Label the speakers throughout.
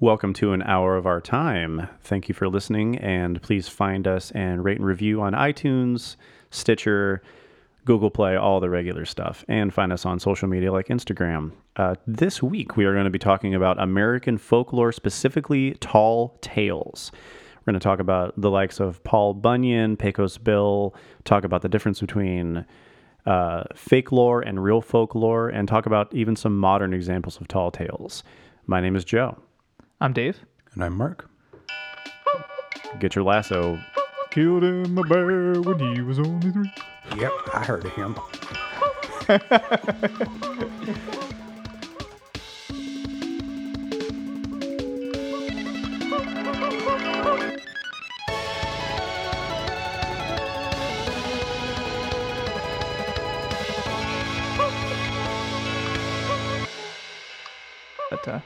Speaker 1: Welcome to an hour of our time. Thank you for listening, and please find us and rate and review on iTunes, Stitcher, Google Play, all the regular stuff, and find us on social media like Instagram. Uh, this week, we are going to be talking about American folklore, specifically tall tales. We're going to talk about the likes of Paul Bunyan, Pecos Bill, talk about the difference between uh, fake lore and real folklore, and talk about even some modern examples of tall tales. My name is Joe.
Speaker 2: I'm Dave.
Speaker 3: And I'm Mark.
Speaker 1: Get your lasso.
Speaker 4: Killed him a bear when he was only three.
Speaker 3: Yep, I heard of him.
Speaker 2: But uh,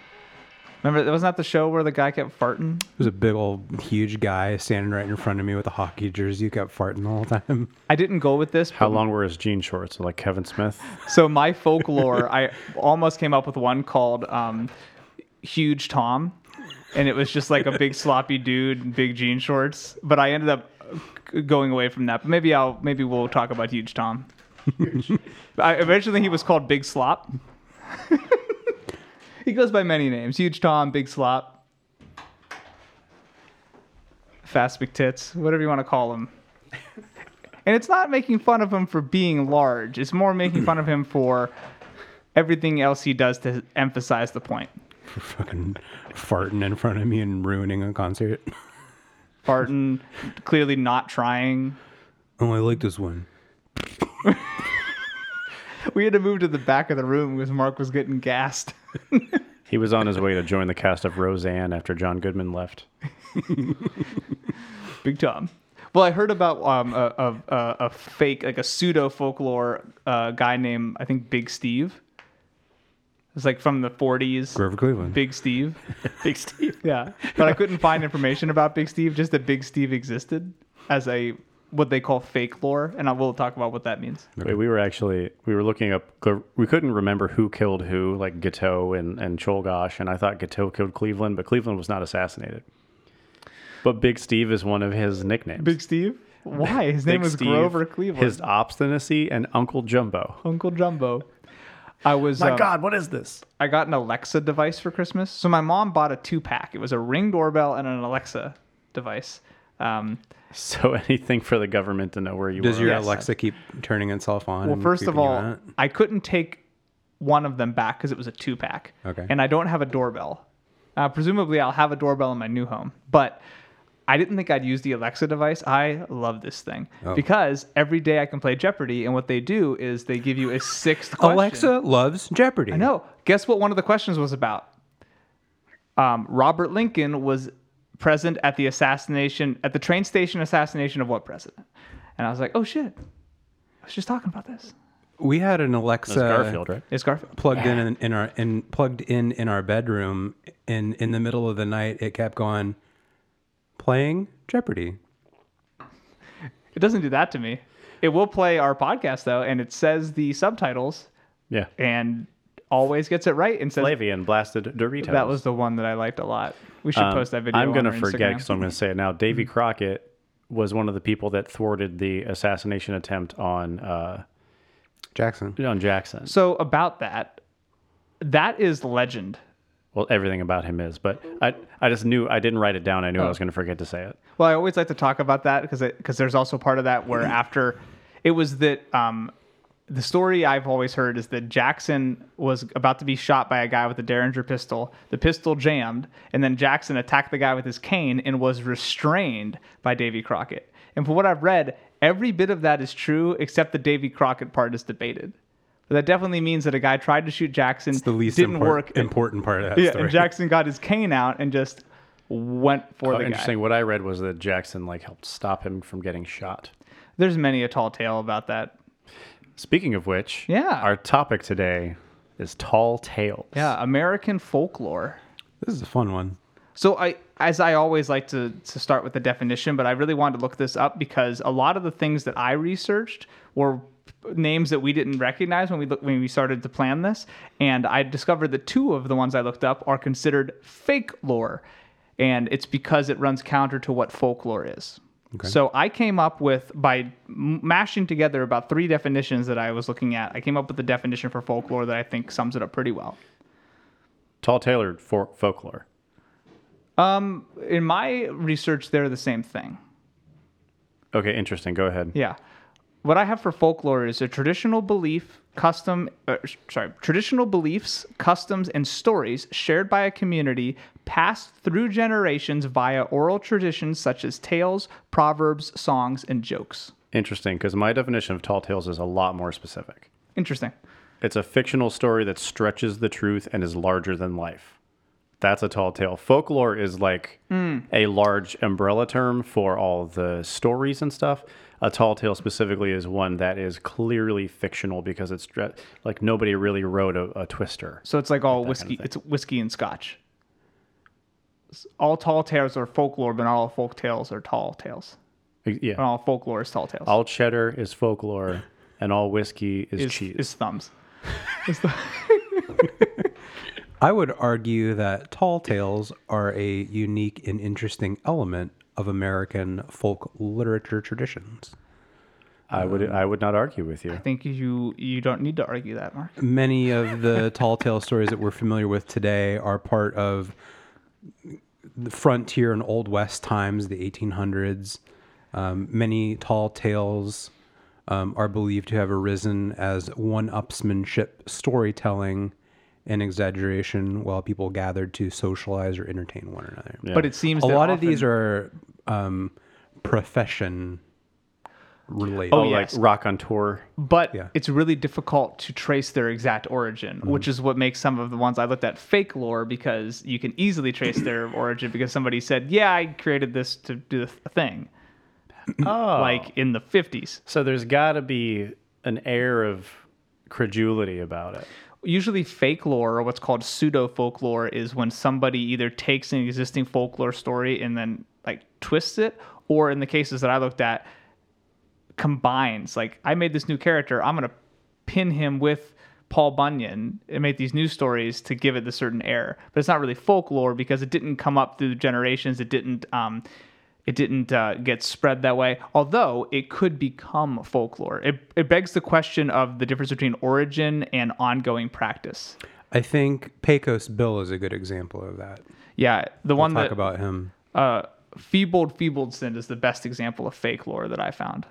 Speaker 2: remember, that was not the show where the guy kept farting.
Speaker 3: It was a big old huge guy standing right in front of me with a hockey jersey. You kept farting the whole time.
Speaker 2: I didn't go with this.
Speaker 1: How long were his jean shorts? Like Kevin Smith?
Speaker 2: So my folklore, I almost came up with one called um, "Huge Tom," and it was just like a big sloppy dude in big jean shorts. But I ended up going away from that. But maybe I'll maybe we'll talk about "Huge Tom." I, originally, he was called Big Slop. he goes by many names: Huge Tom, Big Slop, Fast McTits, whatever you want to call him. And it's not making fun of him for being large. It's more making fun of him for everything else he does to emphasize the point.
Speaker 3: For fucking farting in front of me and ruining a concert.
Speaker 2: Barton clearly not trying.
Speaker 3: Oh, I like this one.
Speaker 2: We had to move to the back of the room because Mark was getting gassed.
Speaker 1: He was on his way to join the cast of Roseanne after John Goodman left.
Speaker 2: Big Tom. Well, I heard about um, a, a, a, a fake, like a pseudo folklore uh, guy named, I think, Big Steve. It's like from the 40s.
Speaker 3: Grover Cleveland.
Speaker 2: Big Steve.
Speaker 1: Big Steve.
Speaker 2: Yeah. But I couldn't find information about Big Steve, just that Big Steve existed as a what they call fake lore. And I will talk about what that means.
Speaker 1: Wait, we were actually we were looking up. We couldn't remember who killed who, like Gateau and and Cholgosh, and I thought Gateau killed Cleveland, but Cleveland was not assassinated. But Big Steve is one of his nicknames.
Speaker 2: Big Steve? Why? His name
Speaker 1: Big
Speaker 2: was
Speaker 1: Steve,
Speaker 2: Grover Cleveland.
Speaker 1: His obstinacy and Uncle Jumbo.
Speaker 2: Uncle Jumbo. I was
Speaker 1: My
Speaker 2: um,
Speaker 1: God, what is this?
Speaker 2: I got an Alexa device for Christmas. So my mom bought a two pack. It was a ring doorbell and an Alexa device. Um,
Speaker 1: So anything for the government to know where you
Speaker 3: Does
Speaker 1: were.
Speaker 3: your
Speaker 2: Yes.
Speaker 3: Alexa keep turning itself on?
Speaker 2: well,
Speaker 3: and
Speaker 2: first of
Speaker 3: creeping you
Speaker 2: all,
Speaker 3: out?
Speaker 2: I couldn't take one of them back because it was a two pack.
Speaker 3: Okay.
Speaker 2: And I don't have a doorbell. Uh, presumably, I'll have a doorbell in my new home. But I didn't think I'd use the Alexa device. I love this thing
Speaker 3: Oh.
Speaker 2: because every day I can play Jeopardy, and what they do is they give you a sixth question.
Speaker 3: Alexa loves Jeopardy.
Speaker 2: I know. Guess what one of the questions was about? Um, Robert Lincoln was present at the assassination, at the train station assassination of what president? And I was like, oh shit. I was just talking about this.
Speaker 3: We had an Alexa
Speaker 1: That's Garfield, right?
Speaker 2: It's Garfield.
Speaker 3: plugged in in in our in plugged in in our bedroom and in the middle of the night it kept going playing Jeopardy.
Speaker 2: It doesn't do that to me. It will play our podcast though, and it says the subtitles
Speaker 1: Yeah.
Speaker 2: and always gets it right and says
Speaker 1: Flavian blasted Doritos.
Speaker 2: that was the one that I liked a lot. We should
Speaker 1: Um,
Speaker 2: post that video.
Speaker 1: I'm
Speaker 2: going
Speaker 1: gonna
Speaker 2: to
Speaker 1: forget because I'm going to say it now. Davy
Speaker 2: Mm-hmm.
Speaker 1: Crockett was one of the people that thwarted the assassination attempt on uh,
Speaker 3: Jackson.
Speaker 1: on Jackson.
Speaker 2: So about that, that is legend.
Speaker 1: Well, everything about him is, but I I just knew I didn't write it down. I knew I
Speaker 2: Oh.
Speaker 1: was going to forget to say it.
Speaker 2: Well, I always like to talk about that because because there's also part of that
Speaker 3: Mm-hmm.
Speaker 2: where after it was that um, the story I've always heard is that Jackson was about to be shot by a guy with a Derringer pistol. The pistol jammed, and then Jackson attacked the guy with his cane and was restrained by Davy Crockett. And from what I've read, every bit of that is true except the Davy Crockett part is debated. But that definitely means that a guy tried to shoot Jackson,
Speaker 3: the least
Speaker 2: didn't
Speaker 3: import-
Speaker 2: work, and-
Speaker 3: important part of that
Speaker 2: yeah,
Speaker 3: story.
Speaker 2: and Jackson got his cane out and just went for
Speaker 1: Oh,
Speaker 2: the guy.
Speaker 1: interesting. What I read was that Jackson like helped stop him from getting shot.
Speaker 2: There's many a tall tale about that.
Speaker 1: Speaking of which,
Speaker 2: Yeah.
Speaker 1: our topic today is tall tales.
Speaker 2: Yeah, Uh, American folklore.
Speaker 3: This is a fun one.
Speaker 2: So I, as I always like to to start with the definition, but I really wanted to look this up because a lot of the things that I researched were names that we didn't recognize when we look, when we started to plan this, and I discovered that two of the ones I looked up are considered fake lore, and it's because it runs counter to what folklore is. So I came up with by m- mashing together about three definitions that I was looking at. I came up with the definition for folklore that I think sums it up pretty well.
Speaker 1: Tall tailored for folklore.
Speaker 2: In my research, they're the same thing.
Speaker 1: Okay, interesting. Go ahead.
Speaker 2: Yeah. What I have for folklore is a traditional belief, custom, uh, sh- sorry, traditional beliefs, customs, and stories shared by a community passed through generations via oral traditions such as tales, proverbs, songs, and jokes.
Speaker 1: Interesting, because my definition of tall tales is a lot more specific.
Speaker 2: Interesting.
Speaker 1: It's a fictional story that stretches the truth and is larger than life. That's a tall tale. Folklore is like
Speaker 2: Hmm.
Speaker 1: a large umbrella term for all the stories and stuff. A tall tale specifically is one that is clearly fictional because it's stre- like nobody really wrote a, a twister.
Speaker 2: So it's like all whiskey. it's whiskey and scotch. S- All tall tales are folklore, but not all folk tales are tall tales. Not
Speaker 1: E, Yeah.
Speaker 2: all folklore is tall tales.
Speaker 1: All cheddar is folklore and all whiskey is,
Speaker 2: is,
Speaker 1: cheese.
Speaker 2: is thumbs.
Speaker 3: I would argue that tall tales are a unique and interesting element of American folk literature traditions.
Speaker 1: I would I would not argue with you.
Speaker 2: uh, I think you you don't need to argue that, Mark.
Speaker 3: Many of the tall tale stories that we're familiar with today are part of the frontier and old west times, the 1800s. Um, many tall tales um, are believed to have arisen as one-upsmanship storytelling and exaggeration while people gathered to socialize or entertain one another.
Speaker 2: But it seems
Speaker 3: a
Speaker 2: that
Speaker 3: lot of these
Speaker 2: often-
Speaker 3: are um, profession related.
Speaker 1: Oh, like
Speaker 2: yes.
Speaker 1: rock on tour.
Speaker 2: but
Speaker 3: Yeah.
Speaker 2: it's really difficult to trace their exact origin, which is what makes some of the ones I looked at fake lore because you can easily trace their origin because somebody said, "Yeah, I created this to do the thing,"
Speaker 1: Oh.
Speaker 2: like in the '50s.
Speaker 1: So there's got to be an air of credulity about it.
Speaker 2: Usually, fake lore or what's called pseudo folklore is when somebody either takes an existing folklore story and then like twists it, or in the cases that I looked at, combines like i made this new character i'm going to pin him with paul bunyan and make these new stories to give it the certain air but it's not really folklore because it didn't come up through generations it didn't um, it didn't uh, get spread that way although it could become folklore it, it begs the question of the difference between origin and ongoing practice
Speaker 3: I think Pecos Bill is a good example of that.
Speaker 2: yeah the one
Speaker 3: Talk
Speaker 2: that
Speaker 3: about him.
Speaker 2: uh, Feebold Feeboldson is the best example of fake lore that I found.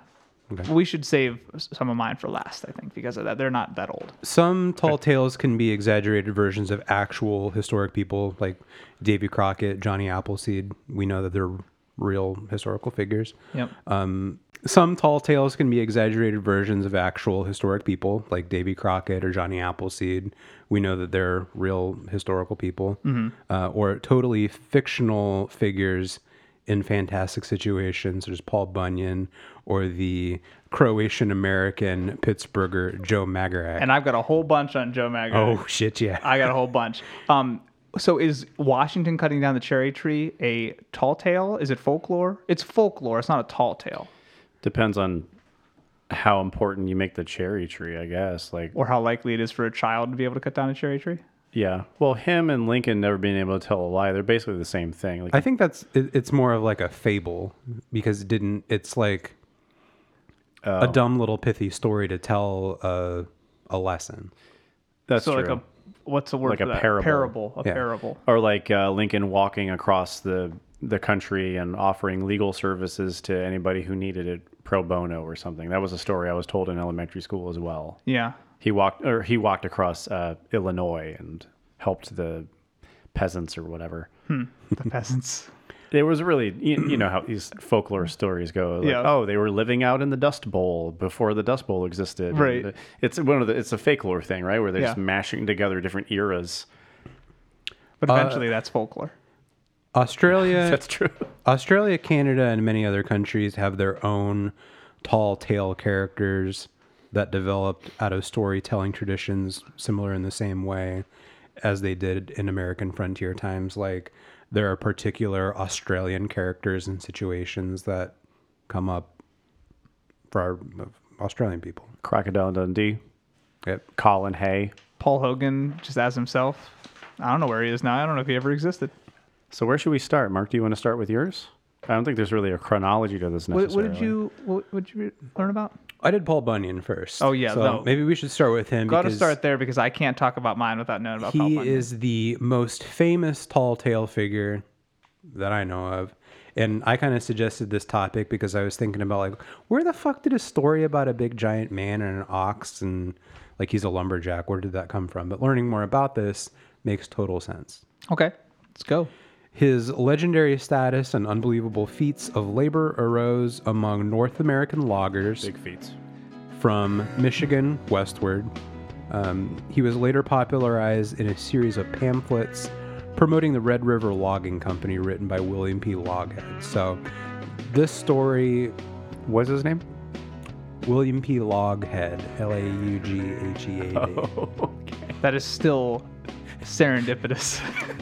Speaker 2: We should save s- some of mine for last, I think, because of that. They're not that old.
Speaker 3: Some tall tales can be exaggerated versions of actual historic people like Davy Crockett, Johnny Appleseed. We know that they're real historical figures.
Speaker 2: Yep.
Speaker 3: Um, some tall tales can be exaggerated versions of actual historic people like Davy Crockett or Johnny Appleseed. We know that they're real historical people, uh, or totally fictional figures in fantastic situations, such as Paul Bunyan or the Croatian American Pittsburgher Joe Magarek.
Speaker 2: and I've got a whole bunch on Joe Maga.
Speaker 3: oh, shit, yeah.
Speaker 2: I got a whole bunch. Um, so is Washington cutting down the cherry tree a tall tale? Is it folklore? It's folklore. It's not a tall tale
Speaker 1: Depends on how important you make the cherry tree, I guess. Like,
Speaker 2: or how likely it is for a child to be able to cut down a cherry tree.
Speaker 1: yeah. Well, him and Lincoln never being able to tell a lie, they're basically the same thing. Like,
Speaker 3: I think that's it, it's more of like a fable because it didn't. It's like a dumb little pithy story to tell a, a lesson.
Speaker 1: that's
Speaker 2: So
Speaker 1: true.
Speaker 2: like a what's the word
Speaker 1: Like
Speaker 2: for
Speaker 1: a
Speaker 2: that?
Speaker 1: parable.
Speaker 2: parable a
Speaker 3: Yeah.
Speaker 2: parable
Speaker 1: or like uh, Lincoln walking across the the country and offering legal services to anybody who needed it pro bono or something. That was a story I was told in elementary school as well.
Speaker 2: yeah
Speaker 1: He walked or he walked across uh, Illinois and helped the peasants or whatever.
Speaker 2: the peasants
Speaker 1: It was really you, you know how these folklore stories go. Like,
Speaker 2: Yeah.
Speaker 1: Oh, they were living out in the Dust Bowl before the Dust Bowl existed.
Speaker 2: Right.
Speaker 1: And It's one of the it's a folklore thing, right? Where they're just
Speaker 2: Yeah.
Speaker 1: mashing together different eras.
Speaker 2: but
Speaker 1: Uh,
Speaker 2: eventually that's folklore
Speaker 3: Australia,
Speaker 2: Uh,
Speaker 1: That's true.
Speaker 3: Australia, Canada, and many other countries have their own tall tale characters that developed out of storytelling traditions similar in the same way as they did in American frontier times. Like there are particular Australian characters and situations that come up for our Australian people.
Speaker 1: Crocodile Dundee,
Speaker 3: Yep.
Speaker 1: Colin Hay.
Speaker 2: paul hogan just as himself i don't know where he is now i don't know if he ever existed
Speaker 1: So where should we start, Mark? Do you want to start with yours? I don't think there's really a chronology to this
Speaker 2: what,
Speaker 1: necessarily.
Speaker 2: what did you what what did you learn about
Speaker 3: I did Paul Bunyan first.
Speaker 2: Oh, yeah,
Speaker 3: so
Speaker 2: no.
Speaker 3: maybe we should start with him.
Speaker 2: gotta
Speaker 3: because-
Speaker 2: start there because i can't talk about mine without knowing about Paul
Speaker 3: he
Speaker 2: Bunyan.
Speaker 3: is the most famous tall tale figure that I know of. And I kind of suggested this topic because I was thinking about like where the fuck did a story about a big giant man and an ox and like he's a lumberjack, where did that come from? But learning more about this makes total sense.
Speaker 2: okay let's go
Speaker 3: His legendary status and unbelievable feats of labor arose among North American loggers
Speaker 1: Big feats.
Speaker 3: from Michigan westward. Um, he was later popularized in a series of pamphlets promoting the Red River Logging Company written by William P. Loghead. So, this story,
Speaker 1: What's his name?
Speaker 3: William P. Loghead, L A U G H E A D.
Speaker 2: that is still serendipitous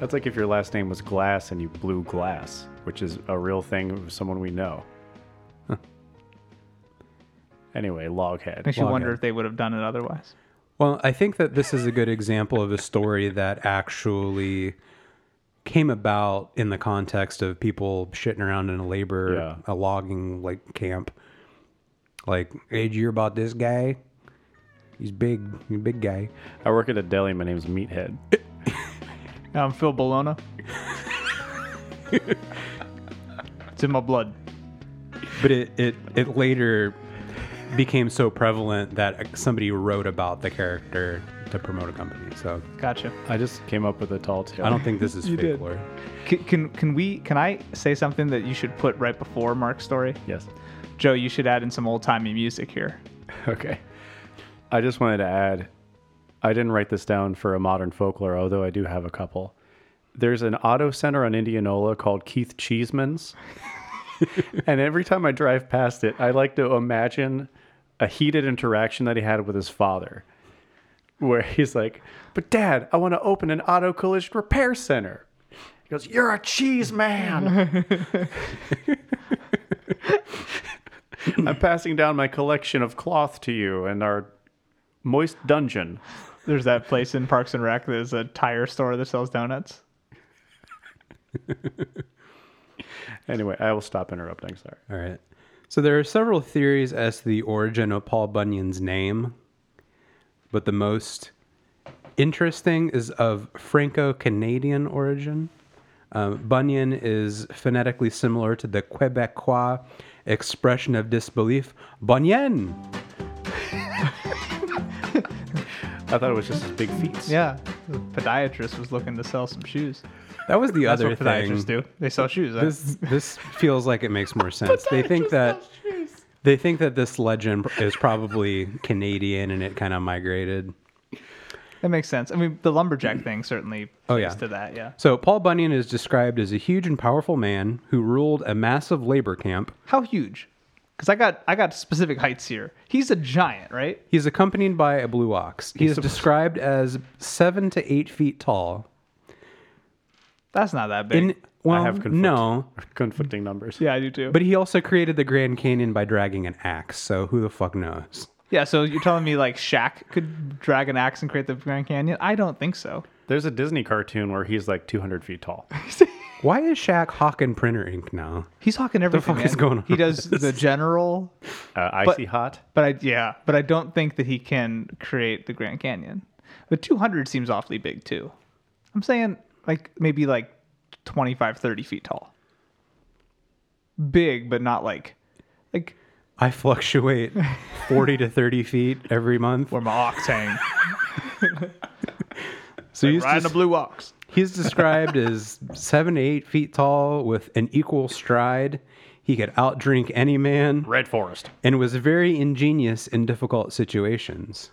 Speaker 1: That's like if your last name was Glass and you blew glass, which is a real thing of someone we know. Anyway, Loghead.
Speaker 2: makes you
Speaker 3: Loghead.
Speaker 2: wonder if they would have done it otherwise
Speaker 3: Well, I think that this is a good example of a story that actually came about in the context of people shitting around in a labor,
Speaker 1: Yeah.
Speaker 3: a logging like camp. Like, hey, did you hear about this guy? He's big, he's a big guy.
Speaker 1: I work at a deli. My name's Meathead.
Speaker 2: I'm Um, Phil Bologna. it's in my blood.
Speaker 3: But it it it later became so prevalent that somebody wrote about the character to promote a company. So
Speaker 2: Gotcha.
Speaker 1: I just came up with a tall tale.
Speaker 3: I don't think this is
Speaker 2: You
Speaker 3: fake
Speaker 2: did.
Speaker 3: lore.
Speaker 2: Can, can can we? Can I say something that you should put right before Mark's story?
Speaker 1: Yes.
Speaker 2: Joe, you should add in some old timey music here.
Speaker 1: Okay. I just wanted to add I didn't write this down for a modern folklore, although I do have a couple. There's an auto center on Indianola called Keith Cheeseman's. and every time I drive past it, I like to imagine a heated interaction that he had with his father, where he's like, But dad, I want to open an auto collision repair center. He goes, You're a cheese man. I'm passing down my collection of cloth to you and our moist dungeon.
Speaker 2: There's that place in Parks and Rec. There's a tire store that sells donuts.
Speaker 1: Anyway, I will stop interrupting. Sorry.
Speaker 3: All right. So there are several theories as to the origin of Paul Bunyan's name, but the most interesting is of Franco Canadian origin. Um, Bunyan is phonetically similar to the Quebecois expression of disbelief, Bunyan.
Speaker 1: I thought it was just his big feet.
Speaker 2: Yeah, the podiatrist was looking to sell some shoes.
Speaker 3: That was the
Speaker 2: That's
Speaker 3: other
Speaker 2: what
Speaker 3: thing.
Speaker 2: podiatrists do. They sell shoes. huh?
Speaker 3: This this feels like it makes more sense. They think that they think that this legend is probably Canadian and it kind of migrated.
Speaker 2: that makes sense. I mean, the lumberjack thing certainly
Speaker 3: Oh,
Speaker 2: plays
Speaker 3: yeah.
Speaker 2: to that. Yeah.
Speaker 3: So Paul Bunyan is described as a huge and powerful man who ruled a massive labor camp.
Speaker 2: How huge? Because I got I got specific heights here. He's a giant, right?
Speaker 3: He's accompanied by a blue ox. He is described as seven to eight feet tall.
Speaker 2: That's not that big.
Speaker 3: In well,
Speaker 1: I have conflict-
Speaker 3: no,
Speaker 1: conflicting numbers.
Speaker 2: yeah, I do too.
Speaker 3: but he also created the Grand Canyon by dragging an axe. So who the fuck knows?
Speaker 2: Yeah, so you're telling me like Shaq could drag an axe and create the Grand Canyon? I don't think so.
Speaker 1: There's a Disney cartoon where he's like 200 feet tall.
Speaker 3: Why is Shaq hawking printer ink now?
Speaker 2: He's hawking everything.
Speaker 3: fuck is
Speaker 2: man.
Speaker 3: going on
Speaker 2: He
Speaker 3: with
Speaker 2: does the general,
Speaker 1: Uh, icy hot.
Speaker 2: but I yeah, but I don't think that he can create the Grand Canyon. But 200 seems awfully big too. I'm saying like maybe like 25, 30 feet tall. Big, but not like, like
Speaker 3: I fluctuate 40 to 30 feet every month.
Speaker 2: where my octane.
Speaker 3: So he's,
Speaker 2: riding a
Speaker 3: des-
Speaker 2: blue ox.
Speaker 3: he's described as seven to eight feet tall with an equal stride. He could outdrink any man.
Speaker 1: Red Forest.
Speaker 3: and was very ingenious in difficult situations.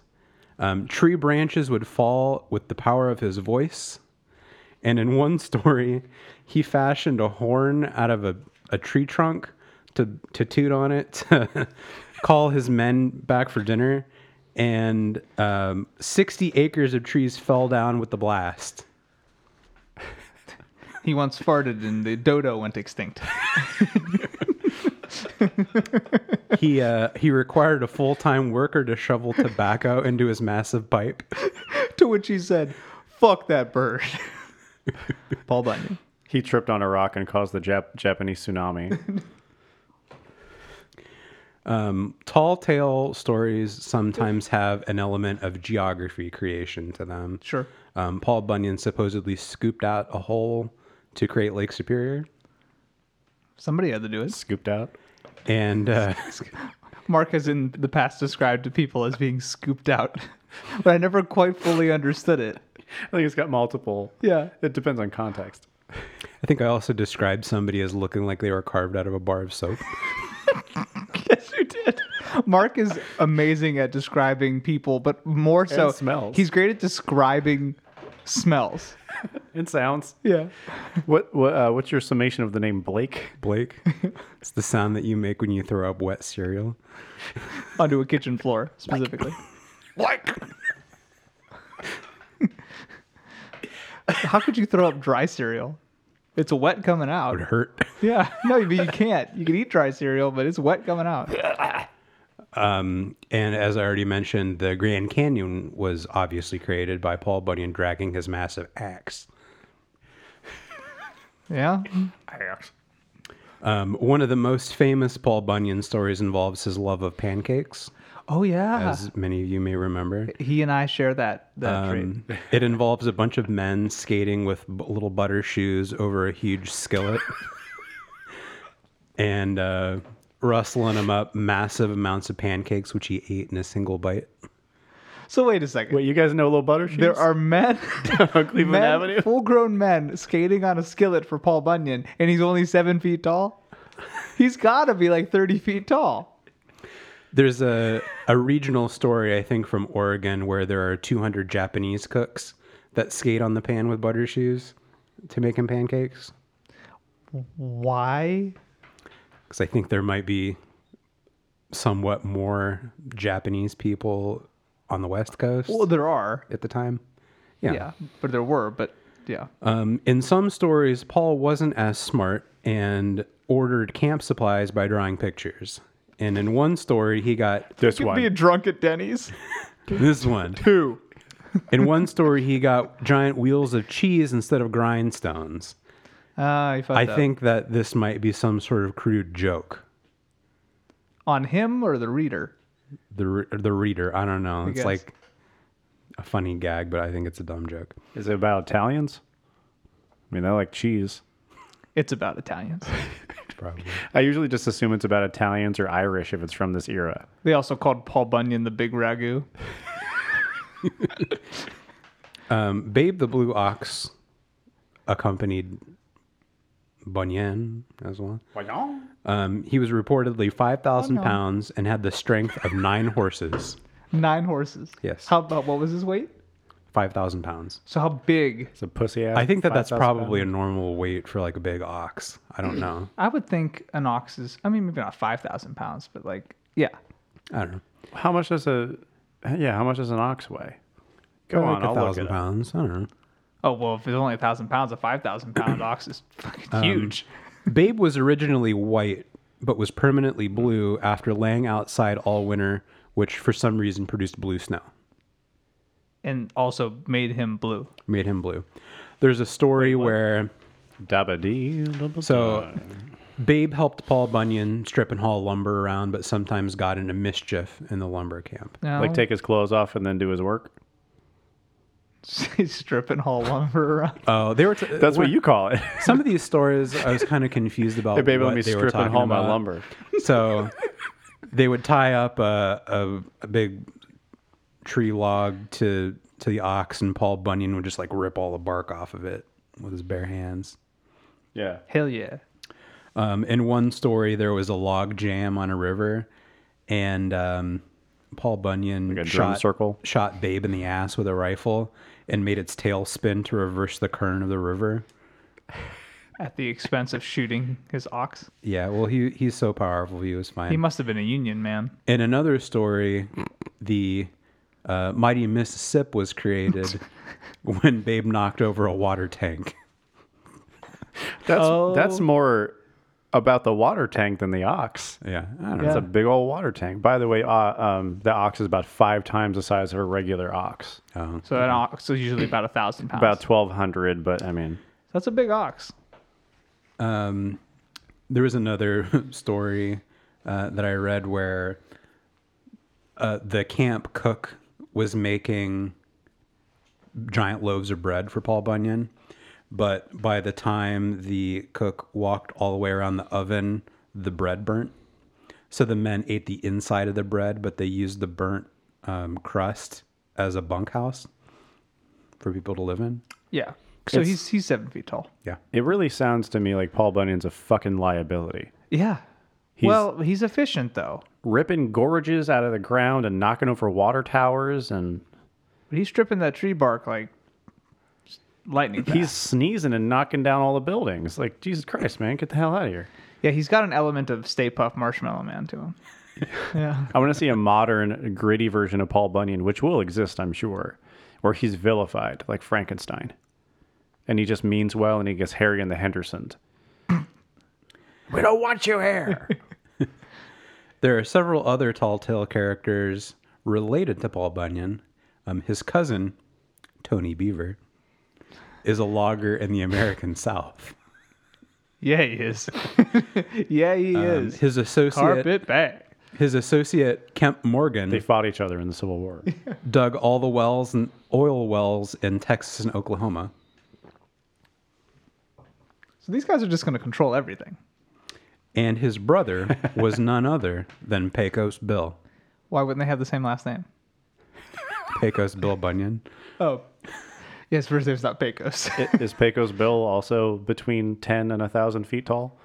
Speaker 3: Um, tree branches would fall with the power of his voice. And in one story, he fashioned a horn out of a, a tree trunk to, to toot on it to call his men back for dinner. And um, 60 acres of trees fell down with the blast.
Speaker 2: He once farted and the dodo went extinct.
Speaker 3: He, uh, he required a full time worker to shovel tobacco into his massive pipe.
Speaker 2: to which he said, "Fuck that bird." Paul Bunyan.
Speaker 1: He tripped on a rock and caused the Jap- Japanese tsunami.
Speaker 3: tall tale stories sometimes have an element of geography creation to them.
Speaker 2: Sure.
Speaker 3: Um, Paul Bunyan supposedly scooped out a hole to create Lake Superior,
Speaker 2: Somebody had to do it.
Speaker 1: Scooped out.
Speaker 3: and uh,
Speaker 2: Mark has in the past described to people as being scooped out, but I never quite fully understood it.
Speaker 1: I think it's got multiple.
Speaker 2: Yeah.
Speaker 1: It depends on context.
Speaker 3: I think I also described somebody as looking like they were carved out of a bar of soap.
Speaker 2: Yes, you did. Mark is amazing at describing people, but more so,
Speaker 1: smells.
Speaker 2: he's great at describing smells.
Speaker 1: It sounds.
Speaker 2: Yeah.
Speaker 1: What, what uh, what's your summation of the name Blake?
Speaker 3: Blake, it's the sound that you make when you throw up wet cereal.
Speaker 2: Onto a kitchen floor, specifically.
Speaker 1: Blake.
Speaker 2: How could you throw up dry cereal? It's wet coming out.
Speaker 3: It hurt.
Speaker 2: Yeah. No, but you can't. You can eat dry cereal, but it's wet coming out.
Speaker 3: And as I already mentioned, the Grand Canyon was obviously created by Paul Bunyan dragging his massive axe.
Speaker 2: Yeah.
Speaker 3: Um, one of the most famous Paul Bunyan stories involves his love of pancakes,
Speaker 2: Oh yeah.
Speaker 3: as many of you may remember.
Speaker 2: he and I share that that trait.
Speaker 3: Um, it involves a bunch of men skating with b- little butter shoes over a huge skillet and uh, rustling him up massive amounts of pancakes, which he ate in a single bite.
Speaker 2: So wait a second.
Speaker 1: Wait, you guys know Little Buttershoes?
Speaker 2: there are men,
Speaker 1: Cleveland Avenue.
Speaker 2: men full-grown men skating on a skillet for Paul Bunyan, and he's only seven feet tall. He's got to be like thirty feet tall.
Speaker 3: There's a, a regional story, I think, from Oregon where there are 200 Japanese cooks that skate on the pan with butter shoes to make him pancakes.
Speaker 2: Why?
Speaker 3: because I think there might be somewhat more Japanese people on the West Coast
Speaker 2: Well, there are.
Speaker 3: at the time.
Speaker 2: Yeah.
Speaker 3: Yeah.
Speaker 2: but there were. But yeah,
Speaker 3: Um, in some stories, Paul wasn't as smart and ordered camp supplies by drawing pictures. And in one story, he got
Speaker 1: This
Speaker 2: could be a drunk at Denny's.
Speaker 3: this one.
Speaker 2: Who?
Speaker 3: In one story, he got giant wheels of cheese instead of grindstones.
Speaker 2: Uh, he fucked
Speaker 3: I
Speaker 2: up.
Speaker 3: think that this might be some sort of crude joke.
Speaker 2: on him or the reader.
Speaker 3: The re- the reader, I don't know. It's
Speaker 2: guess.
Speaker 3: like a funny gag, but I think it's a dumb joke.
Speaker 1: Is it about Italians? I mean, they like cheese.
Speaker 2: It's about Italians.
Speaker 3: Probably.
Speaker 1: I usually just assume it's about Italians or Irish if it's from this era.
Speaker 2: They also called Paul Bunyan the Big Ragu.
Speaker 3: Babe the Blue Ox accompanied Bunyan as well. Um, he was reportedly
Speaker 1: Oh,
Speaker 3: 5,000 pounds and had the strength of nine horses.
Speaker 2: Nine horses.
Speaker 3: Yes.
Speaker 2: How about what was his weight?
Speaker 3: 5,000 pounds.
Speaker 2: So how big?
Speaker 1: It's a pussy ass.
Speaker 3: I think that that's
Speaker 1: 5,000
Speaker 3: probably a
Speaker 1: pound.
Speaker 3: normal weight for like a big ox. I don't know.
Speaker 2: I would think an ox is. I mean, maybe not five thousand pounds, but like, yeah,
Speaker 3: I don't know.
Speaker 1: How much does a yeah? How much does an ox weigh? Go
Speaker 3: Like
Speaker 1: on, I'll
Speaker 3: a
Speaker 1: look
Speaker 3: thousand
Speaker 1: it up.
Speaker 3: pounds. I don't know.
Speaker 2: Oh well, if it's only a thousand pounds, a five thousand pound ox is fucking
Speaker 1: Um,
Speaker 2: huge.
Speaker 3: Babe was originally white, but was permanently blue after laying outside all winter, which for some reason produced blue snow.
Speaker 2: And also made him blue.
Speaker 3: Made him blue. There's a story where.
Speaker 1: Dabba dee. dabba
Speaker 3: So,
Speaker 1: da.
Speaker 3: Babe helped Paul Bunyan strip and haul lumber around, but sometimes got into mischief in the lumber camp.
Speaker 2: No,
Speaker 1: like take his clothes off and then do his work.
Speaker 2: stripping haul lumber around.
Speaker 1: Uh,
Speaker 3: Oh, they were. T-
Speaker 1: That's what
Speaker 3: when-
Speaker 1: you call it.
Speaker 3: Some of these stories, I was kind of confused about.
Speaker 1: Hey, baby,
Speaker 3: what
Speaker 1: let me
Speaker 3: they were
Speaker 1: strip and
Speaker 3: talking
Speaker 1: haul my
Speaker 3: about.
Speaker 1: lumber.
Speaker 3: So they would tie up a, a, a big tree log to to the ox, and Paul Bunyan would just like rip all the bark off of it with his bare hands.
Speaker 1: Yeah.
Speaker 2: Hell yeah.
Speaker 3: Um, in one story, there was a log jam on a river, and um, Paul Bunyan
Speaker 1: Like a drum
Speaker 3: shot,
Speaker 1: circle?
Speaker 3: shot Babe in the ass with a rifle and made its tail spin to reverse the current of the river.
Speaker 2: At the expense of shooting his ox.
Speaker 3: Yeah, well, he he's so powerful, he was fine.
Speaker 2: He must have been a union man.
Speaker 3: In another story, the uh, mighty Mississippi was created when Babe knocked over a water tank.
Speaker 1: That's that's more about the water tank than the ox.
Speaker 3: Yeah, I don't
Speaker 1: It's
Speaker 3: know.
Speaker 1: a big old water tank. By the way, uh, um, the ox is about five times the size of a regular ox.
Speaker 2: So an ox is usually about a thousand pounds.
Speaker 1: About twelve hundred, but I mean,
Speaker 2: That's a big ox.
Speaker 3: There was another story uh, that I read where uh, the camp cook was making giant loaves of bread for Paul Bunyan, but by the time the cook walked all the way around the oven, the bread burnt. So the men ate the inside of the bread, but they used the burnt um, crust as a bunkhouse for people to live in.
Speaker 2: Yeah. So
Speaker 1: It's-
Speaker 2: he's he's seven feet tall.
Speaker 3: Yeah.
Speaker 1: it really sounds to me like Paul Bunyan's a fucking liability.
Speaker 2: Yeah.
Speaker 1: He's-
Speaker 2: well, he's efficient though.
Speaker 1: Ripping gorges out of the ground and knocking over water towers, and
Speaker 2: But he's stripping that tree bark like lightning. Fast.
Speaker 1: he's sneezing and knocking down all the buildings. Like Jesus Christ, man, get the hell out of here!
Speaker 2: yeah, he's got an element of Stay Puff Marshmallow Man to him. yeah.
Speaker 1: I want to see a modern, gritty version of Paul Bunyan, which will exist, I'm sure, where he's vilified like Frankenstein, and he just means well, and he gets Harry and the Hendersons. we don't want you here.
Speaker 3: There are several other Tall Tale characters related to Paul Bunyan. Um, his cousin, Tony Beaver, is a logger in the American South.
Speaker 2: Yeah, he is. yeah, he
Speaker 3: Um,
Speaker 2: is.
Speaker 3: his associate,
Speaker 2: Carpet back.
Speaker 3: his associate Kemp Morgan,
Speaker 1: they fought each other in the Civil War.
Speaker 3: dug all the wells and oil wells in Texas and Oklahoma.
Speaker 2: So these guys are just going to control everything.
Speaker 3: And his brother was none other than Pecos Bill,
Speaker 2: Why wouldn't they have the same last name?
Speaker 3: Pecos Bill Bunyan.
Speaker 2: Oh. Yes, first name's not Pecos.
Speaker 1: I- Is Pecos Bill also between ten and thousand feet tall?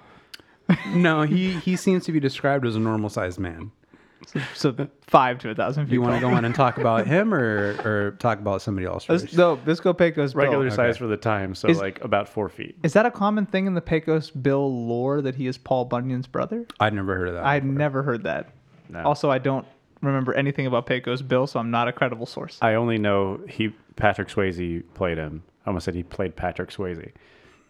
Speaker 3: No, he he seems to be described as a normal sized man.
Speaker 2: so five to a thousand feet.
Speaker 3: You want to
Speaker 2: tall.
Speaker 3: go on and talk about him, or or talk about somebody else?
Speaker 2: Let's,
Speaker 3: first?
Speaker 2: no, let's go Pecos Bill.
Speaker 1: Regular size for the time, so
Speaker 2: Oh, Is-
Speaker 1: like about four feet.
Speaker 2: Is that a common thing in the Pecos Bill lore that he is Paul Bunyan's brother?
Speaker 3: I'd never heard of that.
Speaker 2: I've never heard that.
Speaker 1: No.
Speaker 2: Also, I don't remember anything about Pecos Bill, so I'm not a credible source.
Speaker 1: I only know he Patrick Swayze played him. I almost said he played Patrick Swayze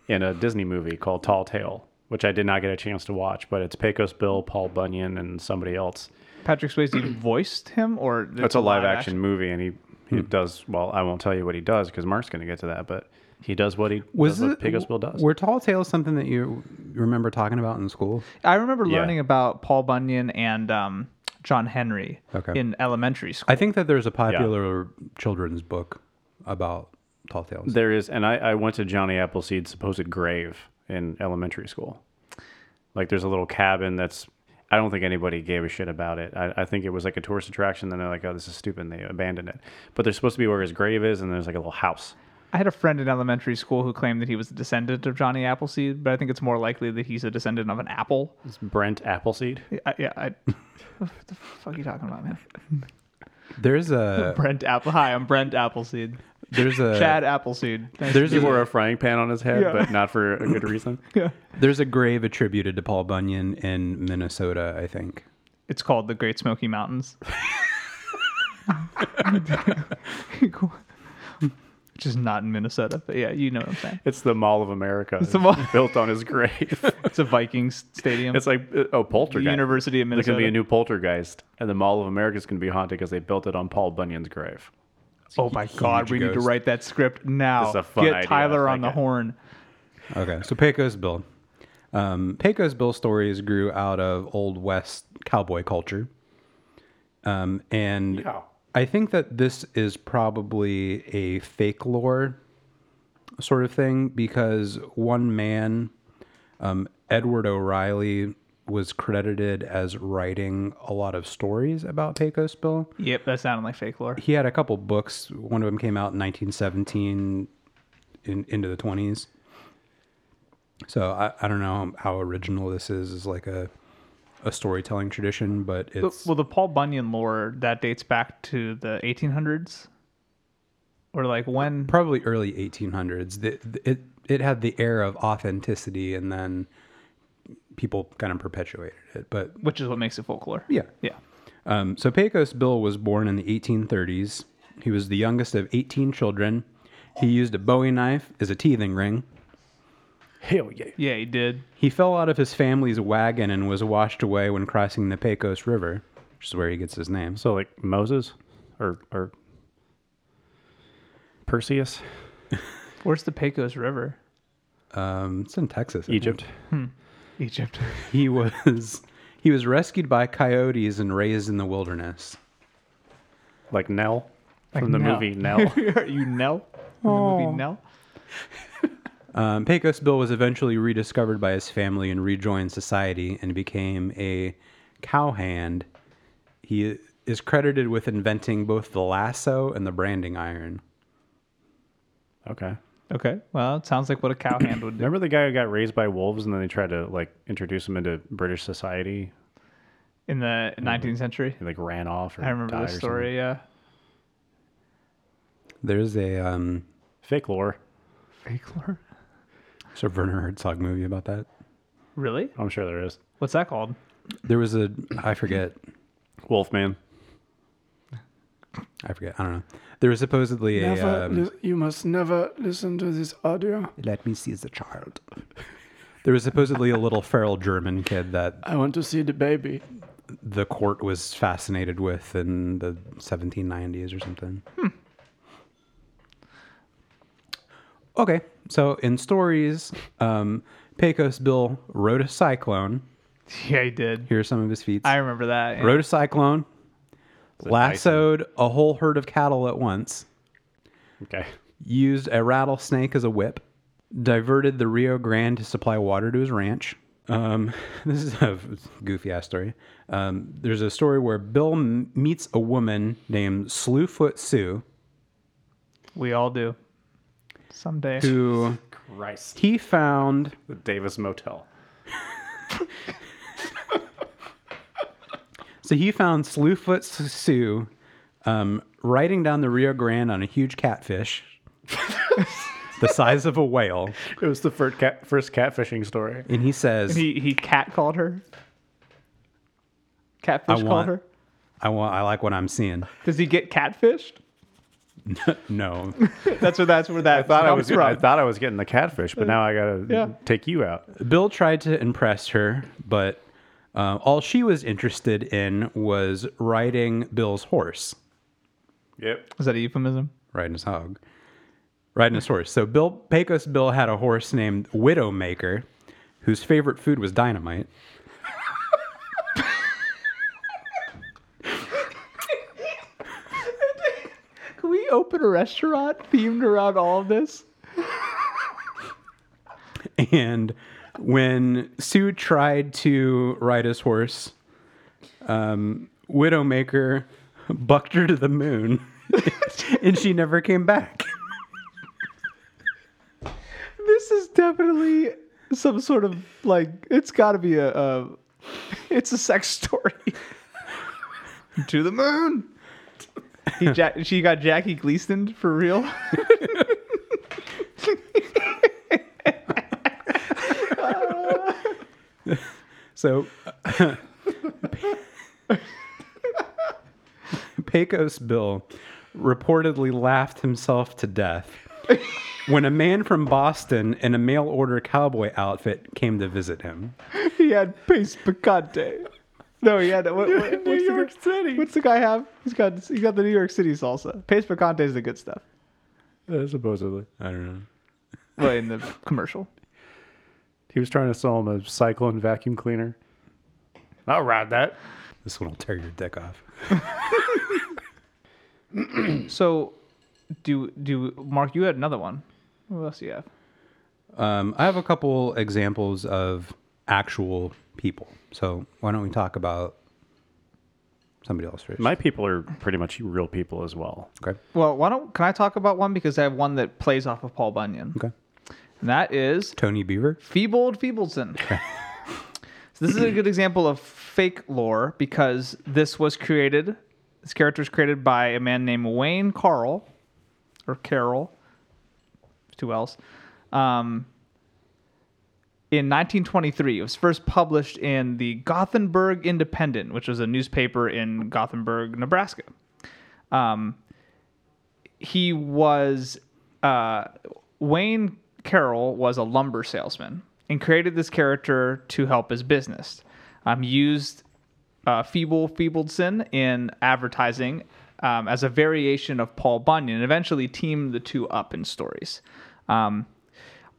Speaker 1: in a Disney movie called Tall Tale, which I did not get a chance to watch, but it's Pecos Bill, Paul Bunyan, and somebody else.
Speaker 2: Patrick Swayze voiced him, or
Speaker 1: It's a live action movie, and he, he does well. I won't tell you what he does because Mark's going to get to that, but he does what he
Speaker 3: Was
Speaker 1: does what
Speaker 3: it
Speaker 1: Pecos Bill does.
Speaker 3: Were tall tales something that you remember talking about in school?
Speaker 2: I remember
Speaker 1: Yeah.
Speaker 2: learning about Paul Bunyan and um, John Henry
Speaker 3: Okay.
Speaker 2: in elementary school.
Speaker 3: I think that there's a popular children's book about tall tales.
Speaker 1: There is, and I, I went to Johnny Appleseed's supposed grave in elementary school. Like, there's a little cabin that's. I don't think anybody gave a shit about it. I, I think it was like a tourist attraction. Then they're like, "Oh, this is stupid," and they abandoned it. But there's supposed to be where his grave is, and there's like a little house.
Speaker 2: I had a friend in elementary school who claimed that he was a descendant of Johnny Appleseed, but I think it's more likely that he's a descendant of an apple.
Speaker 1: It's Brent Appleseed.
Speaker 2: I, yeah, I, what the fuck are you talking about, man?
Speaker 3: There's
Speaker 1: Uh,
Speaker 3: a
Speaker 2: Brent Apple. Hi, I'm Brent Appleseed.
Speaker 3: there's a
Speaker 2: Chad Appleseed. Nice
Speaker 3: there's
Speaker 1: He wore
Speaker 3: a,
Speaker 1: a frying pan on his head, but not for a good reason.
Speaker 2: to- Yeah.
Speaker 3: there's a grave attributed to Paul Bunyan in Minnesota. I think
Speaker 2: It's called the Great Smoky Mountains. Which is not in Minnesota, but yeah, you know what I'm saying.
Speaker 1: It's the Mall of America. It's
Speaker 2: the Mall-
Speaker 1: built on his grave.
Speaker 2: It's a Vikings stadium.
Speaker 1: It's like uh, oh,
Speaker 2: the
Speaker 1: poltergeist.
Speaker 2: University of
Speaker 1: There's
Speaker 2: Minnesota.
Speaker 1: gonna be a new poltergeist, and the Mall of America is gonna be haunted because they built it on Paul Bunyan's grave.
Speaker 2: oh my God, we need to
Speaker 3: ghost.
Speaker 2: write that script now.
Speaker 1: That's a fun
Speaker 2: Get
Speaker 1: idea.
Speaker 2: Tyler
Speaker 1: I
Speaker 2: on the
Speaker 1: like it.
Speaker 2: horn.
Speaker 3: Okay, so Pecos Bill. Um, Pecos Bill stories grew out of Old West cowboy culture. Um, and
Speaker 1: Yeah.
Speaker 3: I think that this is probably a fake lore sort of thing because one man, um, Edward O'Reilly, was credited as writing a lot of stories about Pecos Bill.
Speaker 2: Yep, that sounded like fake lore.
Speaker 3: He had a couple books. One of them came out in 1917 in, into the 20s. So I, I don't know how original this is as like a a storytelling tradition, but it's
Speaker 2: Well, the Paul Bunyan lore that dates back to the 1800s, or like when
Speaker 3: probably early 1800s. The, the- it it had the air of authenticity, and then people kind of perpetuated it. But
Speaker 2: which is what makes it folklore.
Speaker 3: yeah,
Speaker 2: Yeah.
Speaker 3: Um, so Pecos Bill was born in the 1830s. He was the youngest of 18 children. He used a Bowie knife as a teething ring.
Speaker 1: Hell yeah.
Speaker 2: Yeah, he did.
Speaker 3: He fell out of his family's wagon and was washed away when crossing the Pecos River, which is where he gets his name.
Speaker 1: So like Moses or or Perseus,
Speaker 2: Where's the Pecos River?
Speaker 3: Um, it's in Texas, I
Speaker 2: Mm-hmm.
Speaker 3: think.
Speaker 1: Egypt.
Speaker 2: Egypt.
Speaker 3: He was he was rescued by coyotes and raised in the wilderness.
Speaker 1: Like Nell from the
Speaker 2: Nell.
Speaker 1: movie Nell.
Speaker 2: Are you Nell? In the movie Nell?
Speaker 3: Um, Pecos Bill was eventually rediscovered by his family and rejoined society and became a cowhand. He is credited with inventing both the lasso and the branding iron.
Speaker 1: Okay.
Speaker 2: Okay. Well, it sounds like what a cowhand would do.
Speaker 1: Remember the guy who got raised by wolves and then they tried to like introduce him into British society?
Speaker 2: in the 19th century.
Speaker 1: He like ran off. Or
Speaker 2: I remember
Speaker 1: died
Speaker 2: this
Speaker 1: or
Speaker 2: story. Yeah.
Speaker 3: There's a um,
Speaker 1: something. Fake lore.
Speaker 2: Fake lore.
Speaker 3: there's a Werner Herzog movie about that.
Speaker 2: Really?
Speaker 1: I'm sure there is.
Speaker 2: What's that called?
Speaker 3: There was a I forget
Speaker 1: Wolfman.
Speaker 3: I forget I don't know. There was supposedly a um,
Speaker 5: you must never listen to this audio.
Speaker 3: let me see the child. There was supposedly a little feral German kid that
Speaker 5: I want to see the baby.
Speaker 3: the court was fascinated with in the 1790s or something. Okay, so in stories, um, Pecos Bill rode a cyclone.
Speaker 2: Yeah, he did.
Speaker 3: Here are some of his feats.
Speaker 2: I remember that. yeah.
Speaker 3: rode a cyclone, lassoed a whole herd of cattle at once,
Speaker 1: Okay.
Speaker 3: used a rattlesnake as a whip, diverted the Rio Grande to supply water to his ranch. Um, this is a goofy ass story. Um, there's a story where Bill m- meets a woman named Slewfoot Sue
Speaker 2: We all do. Someday.
Speaker 3: who
Speaker 1: Christ.
Speaker 3: he found
Speaker 1: The Davis Motel.
Speaker 3: So he found Slewfoot Sue um, riding down the Rio Grande on a huge catfish the size of a whale.
Speaker 1: It was the first, cat, first catfishing story.
Speaker 3: And he says,
Speaker 2: He he cat called her.
Speaker 3: I,
Speaker 2: Catfish called
Speaker 3: want,
Speaker 2: her.
Speaker 3: I, want, I like what I'm seeing.
Speaker 2: Does he get catfished?
Speaker 3: No.
Speaker 2: That's where that's where that
Speaker 1: I thought I was,
Speaker 2: comes from.
Speaker 1: I thought I was getting the catfish, but now I gotta
Speaker 2: Yeah.
Speaker 1: take you out.
Speaker 3: Bill tried to impress her, but uh, all she was interested in was riding Bill's horse,
Speaker 1: Yep.
Speaker 2: Is that a euphemism?
Speaker 3: riding his hog, riding his horse. So Bill Pecos Bill had a horse named Widowmaker, whose favorite food was dynamite.
Speaker 2: Can we open a restaurant themed around all of this?
Speaker 3: And when Sue tried to ride his horse, um, Widowmaker bucked her to the moon, and she never came back.
Speaker 2: This is definitely some sort of like it's got to be a, a it's a sex story. to the moon. He ja- she got Jackie Gleason for real.
Speaker 3: So, Pecos Bill reportedly laughed himself to death when a man from Boston in a mail order cowboy outfit came to visit him.
Speaker 2: He had pace picante. No, he had what, what, New York City. What's the guy have? He's got he's got the New York City salsa. Pace picante is the good stuff. Uh,
Speaker 1: supposedly.
Speaker 3: I don't know.
Speaker 2: Well, in the commercial.
Speaker 1: He was trying to sell him a cyclone vacuum cleaner. I'll ride that.
Speaker 3: This one will tear your dick off.
Speaker 2: so, do do Mark? You had another one. What else do you have?
Speaker 3: Um, I have a couple examples of actual people. So why don't we talk about somebody else first?
Speaker 1: My people are pretty much real people as well.
Speaker 3: Okay.
Speaker 2: Well, why don't can I talk about one because I have one that plays off of Paul Bunyan.
Speaker 3: Okay.
Speaker 2: And that is
Speaker 3: Tony Beaver.
Speaker 2: Feebold Feebleton. so this is a good example of fake lore because this was created. This character was created by a man named Wayne Carl, or Carroll, two L's. Um, in 1923, it was first published in the Gothenburg Independent, which was a newspaper in Gothenburg, Nebraska. Um, he was uh, Wayne Carroll was a lumber salesman and created this character to help his business. Um, he used uh, Feeble Feebleson in advertising um, as a variation of Paul Bunyan, and eventually teamed the two up in stories. Um,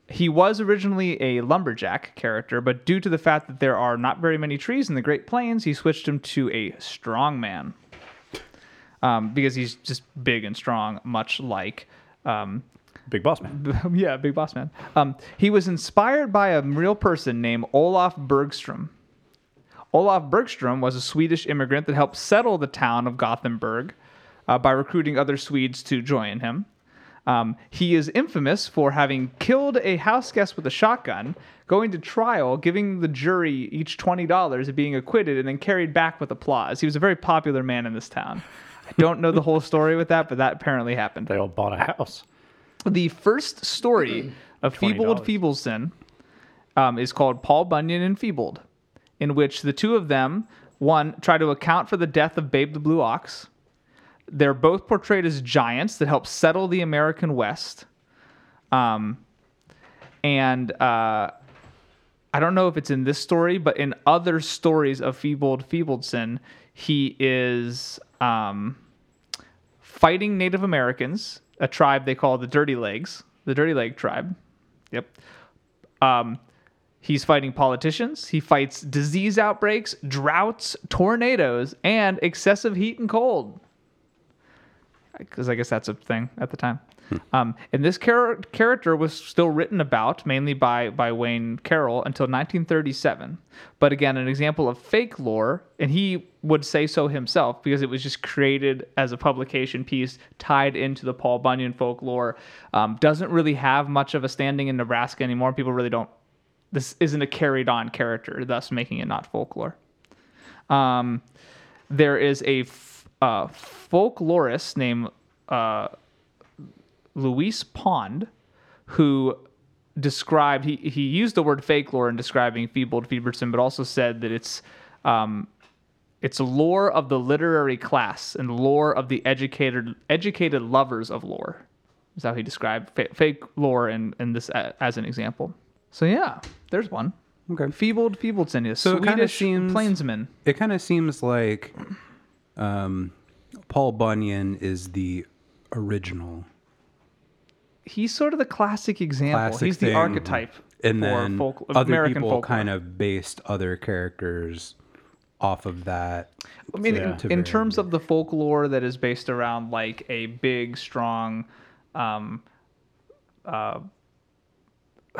Speaker 2: he was originally a lumberjack character, but due to the fact that there are not very many trees in the Great Plains, he switched him to a strongman um, because he's just big and strong, much like um,
Speaker 1: Big boss man.
Speaker 2: yeah, Big Boss Man. Um, he was inspired by a real person named Olaf Bergstrom. Olaf Bergstrom was a Swedish immigrant that helped settle the town of Gothenburg uh, by recruiting other Swedes to join him. Um, he is infamous for having killed a house guest with a shotgun, going to trial, giving the jury each $20 and being acquitted, and then carried back with applause. He was a very popular man in this town. I don't know the whole story with that, but that apparently happened
Speaker 1: They all bought a house.
Speaker 2: the first story of Feebled Feebleson um, is called Paul Bunyan and Feebled, in which the two of them, one, try to account for the death of Babe the Blue Ox. They're both portrayed as giants that help settle the American West. Um, and uh, I don't know if it's in this story, but in other stories of Feebled Feebledson, he is. Um, fighting Native Americans, a tribe they call the Dirty Legs, the Dirty Leg tribe. Yep. Um, he's fighting politicians. He fights disease outbreaks, droughts, tornadoes, and excessive heat and cold. Because I guess that's a thing at the time. Um, and this char- character was still written about mainly by by Wayne Carroll until 1937. But again, an example of fake lore, and he would say so himself because it was just created as a publication piece tied into the Paul Bunyan folklore. Um, doesn't really have much of a standing in Nebraska anymore. People really don't. This isn't a carried on character, thus making it not folklore. Um, there is a f- uh, folklorist named. Uh, Luis Pond, who described he he used the word fake lore in describing Feebled Feeberson, but also said that it's um, it's lore of the literary class and lore of the educated educated lovers of lore. Is how he described fa- fake lore and and this a- as an example. So yeah, there's one.
Speaker 3: Okay.
Speaker 2: Feebled Feebleton is
Speaker 3: So it kinda
Speaker 2: Swedish
Speaker 3: seems-
Speaker 2: plainsman.
Speaker 3: It kind of seems like um, Paul Bunyan is the original,
Speaker 2: He's sort of the classic example.
Speaker 3: classic.
Speaker 2: He's the
Speaker 3: thing.
Speaker 2: archetype
Speaker 3: and
Speaker 2: for
Speaker 3: then
Speaker 2: folk,
Speaker 3: other
Speaker 2: American
Speaker 3: people
Speaker 2: folklore.
Speaker 3: kind of based other characters off of that.
Speaker 2: I mean,
Speaker 1: Yeah.
Speaker 3: to
Speaker 2: in, in
Speaker 3: vary.
Speaker 2: terms of the folklore that is based around like a big, strong, um, uh,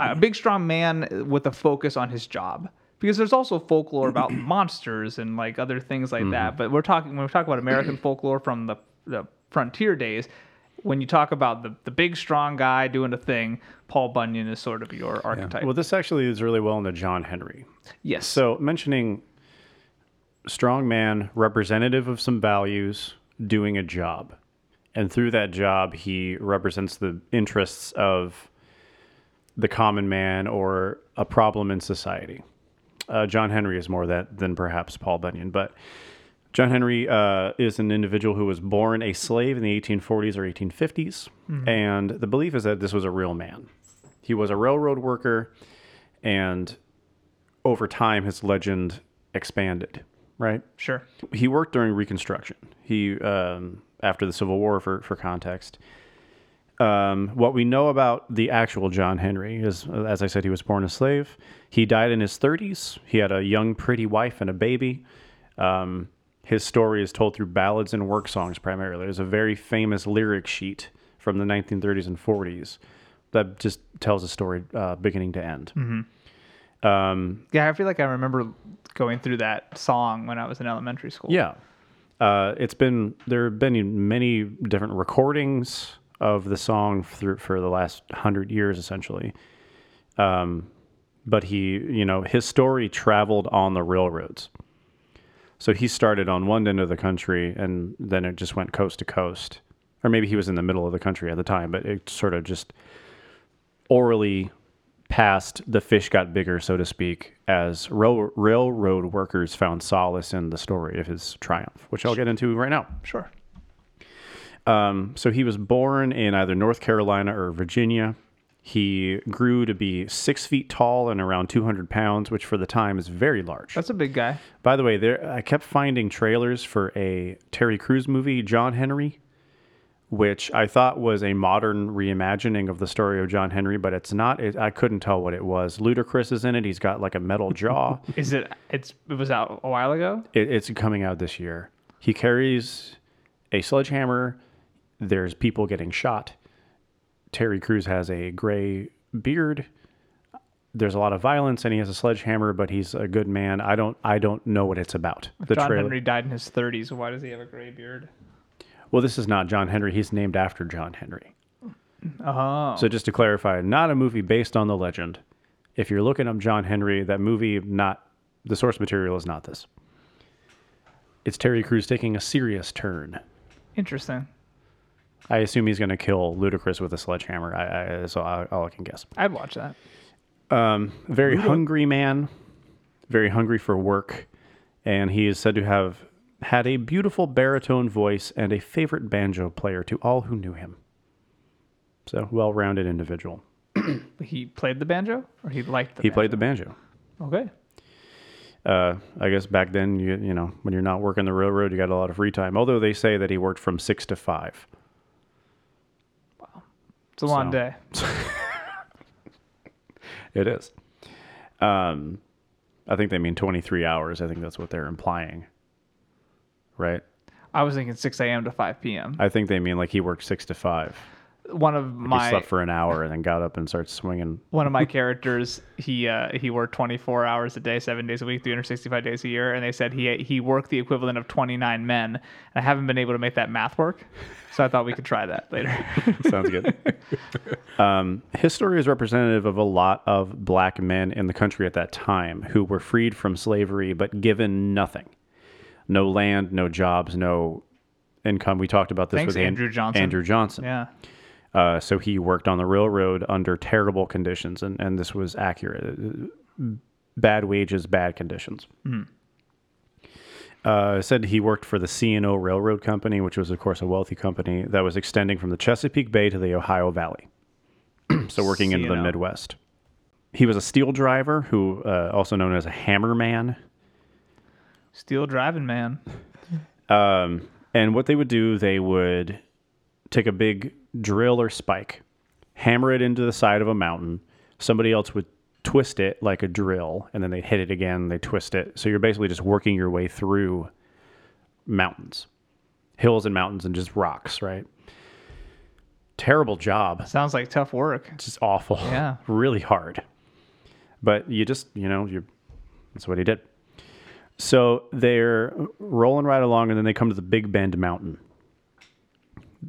Speaker 2: a big, strong man with a focus on his job. Because there's also folklore about monsters and like other things like that. But we're talking when we talk about American folklore from the the frontier days. When you talk about the, the big strong guy doing a thing, Paul Bunyan is sort of your archetype.
Speaker 1: Well, this actually is really well into John Henry.
Speaker 2: yes.
Speaker 1: So mentioning strong man, representative of some values, doing a job. And through that job, he represents the interests of the common man or a problem in society. Uh, John Henry is more that than perhaps Paul Bunyan, but John Henry uh, is an individual who was born a slave in the 1840s or 1850s, and the belief is that this was a real man. He was a railroad worker, and over time his legend expanded right
Speaker 2: sure.
Speaker 1: he worked during reconstruction he um, after the civil war for, for context um, what we know about the actual john henry is as i said he was born a slave he died in his 30s he had a young pretty wife and a baby um, His story is told through ballads and work songs primarily. There's a very famous lyric sheet from the 1930s and 40s that just tells the story uh, beginning to end.
Speaker 2: Yeah, I feel like I remember going through that song when I was in elementary school.
Speaker 1: Yeah. Uh, it's been there have been many different recordings of the song through for the last hundred years essentially. Um, but he, you know, his story traveled on the railroads. So he started on one end of the country and then it just went coast to coast. Or maybe he was in the middle of the country at the time, but it sort of just orally passed the fish got bigger, so to speak, as rail- railroad workers found solace in the story of his triumph, which I'll get into right now. Um,
Speaker 2: sure.
Speaker 1: So he was born in either North Carolina or Virginia. He grew to be six feet tall and around 200 pounds, which for the time is very large.
Speaker 2: That's a big guy.
Speaker 1: By the way, there I kept finding trailers for a Terry Crews movie, John Henry, which I thought was a modern reimagining of the story of John Henry, but it's not. It, I couldn't tell what it was. Ludacris is in it. He's got like a metal jaw.
Speaker 2: Is it? It's. It was out a while ago.
Speaker 1: it, it's coming out this year. He carries a sledgehammer. There's people getting shot. Terry Crews has a gray beard. There's a lot of violence, and he has a sledgehammer, but he's a good man. I don't, I don't know what it's about. The
Speaker 2: John
Speaker 1: trailer.
Speaker 2: Henry died in his 30s. Why does he have a gray beard?
Speaker 1: Well, this is not John Henry. He's named after John Henry.
Speaker 2: Oh,
Speaker 1: So just to clarify, not a movie based on the legend. If you're looking up John Henry, that movie, not the source material, is not this. It's Terry Crews taking a serious turn.
Speaker 2: interesting.
Speaker 1: I assume he's going to kill Ludacris with a sledgehammer. I, I so I, all I can guess.
Speaker 2: I'd watch that.
Speaker 1: Very hungry man, very hungry for work, and he is said to have had a beautiful baritone voice and a favorite banjo player to all who knew him. So well-rounded individual.
Speaker 2: He played the banjo, or he liked the.
Speaker 1: He played the banjo.
Speaker 2: Okay.
Speaker 1: Uh, I guess back then, you you know, when you're not working the railroad, you got a lot of free time. Although they say that he worked from six to five.
Speaker 2: It's a long
Speaker 1: So-
Speaker 2: day.
Speaker 1: It is. Um, I think they mean 23 hours. I think that's what they're implying. Right?
Speaker 2: I was thinking 6 a.m. to 5 p.m.
Speaker 1: I think they mean like he worked six to five.
Speaker 2: One of
Speaker 1: He
Speaker 2: my
Speaker 1: slept for an hour and then got up and started swinging.
Speaker 2: one of my characters, he uh, he worked 24 hours a day, seven days a week, 365 days a year, and they said he he worked the equivalent of 29 men. And I haven't been able to make that math work, so I thought we could try that later.
Speaker 1: Sounds good. um, his story is representative of a lot of black men in the country at that time who were freed from slavery but given nothing no land, no jobs, no income. We talked about this
Speaker 2: Thanks,
Speaker 1: with An-
Speaker 2: Andrew Johnson.
Speaker 1: Andrew Johnson.
Speaker 2: yeah,
Speaker 1: Uh, so he worked on the railroad under terrible conditions, and, and this was accurate. Uh, Bad wages, bad conditions. Uh, said he worked for the C&O Railroad Company, which was, of course, a wealthy company that was extending from the Chesapeake Bay to the Ohio Valley. so working into the
Speaker 2: C&O.
Speaker 1: Midwest. He was a steel driver, who uh, also known as a hammer man.
Speaker 2: steel driving man.
Speaker 1: Um, and what they would do, they would take a big drill or spike, hammer it into the side of a mountain. Somebody else would twist it like a drill, and then they'd hit it again, they twist it. So you're basically just working your way through mountains, hills and mountains, and just rocks, right? Terrible job.
Speaker 2: Sounds like tough work.
Speaker 1: It's just awful.
Speaker 2: Yeah.
Speaker 1: really hard. But you just, you know, you that's what he did. So they're rolling right along and then they come to the Big Bend Mountain.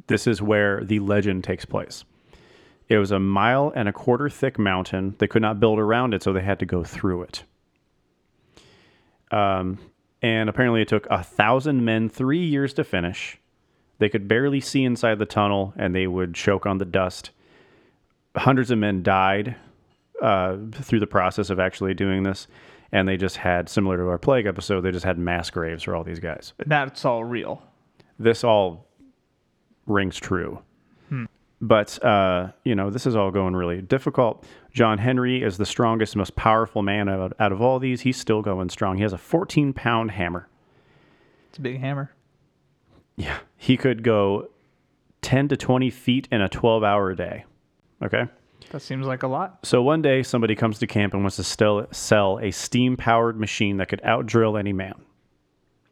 Speaker 1: This is where the legend takes place. It was a mile and a quarter thick mountain. They could not build around it, so they had to go through it. Um, and apparently, it took a thousand men three years to finish. They could barely see inside the tunnel, and they would choke on the dust hundreds of men died uh, through the process of actually doing this, and they just had similar to our plague episode. They just had mass graves for all these guys.
Speaker 2: And That's all real.
Speaker 1: This all rings true, but uh, you know this is all going really difficult. John Henry is the strongest, most powerful man out, out of all these. He's still going strong. He has a 14 pound hammer.
Speaker 2: It's a big hammer.
Speaker 1: Yeah, he could go 10 to 20 feet in a 12 hour day. Okay.
Speaker 2: That seems like a lot.
Speaker 1: So one day, somebody comes to camp and wants to still sell a steam powered machine that could outdrill any man.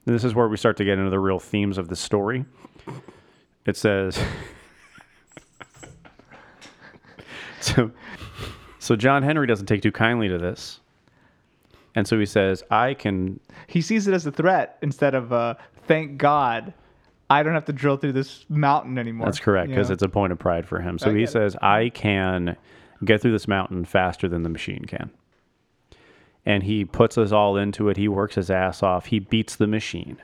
Speaker 1: And this is where we start to get into the real themes of the story. It says So so John Henry doesn't take too kindly to this. And so he says, I can
Speaker 2: He sees it as a threat instead of uh, thank God I don't have to drill through this mountain anymore.
Speaker 1: That's correct, because it's a point of pride for him. So he says, I can get through this mountain faster than the machine can. And he puts us all into it. He works his ass off. He beats the machine,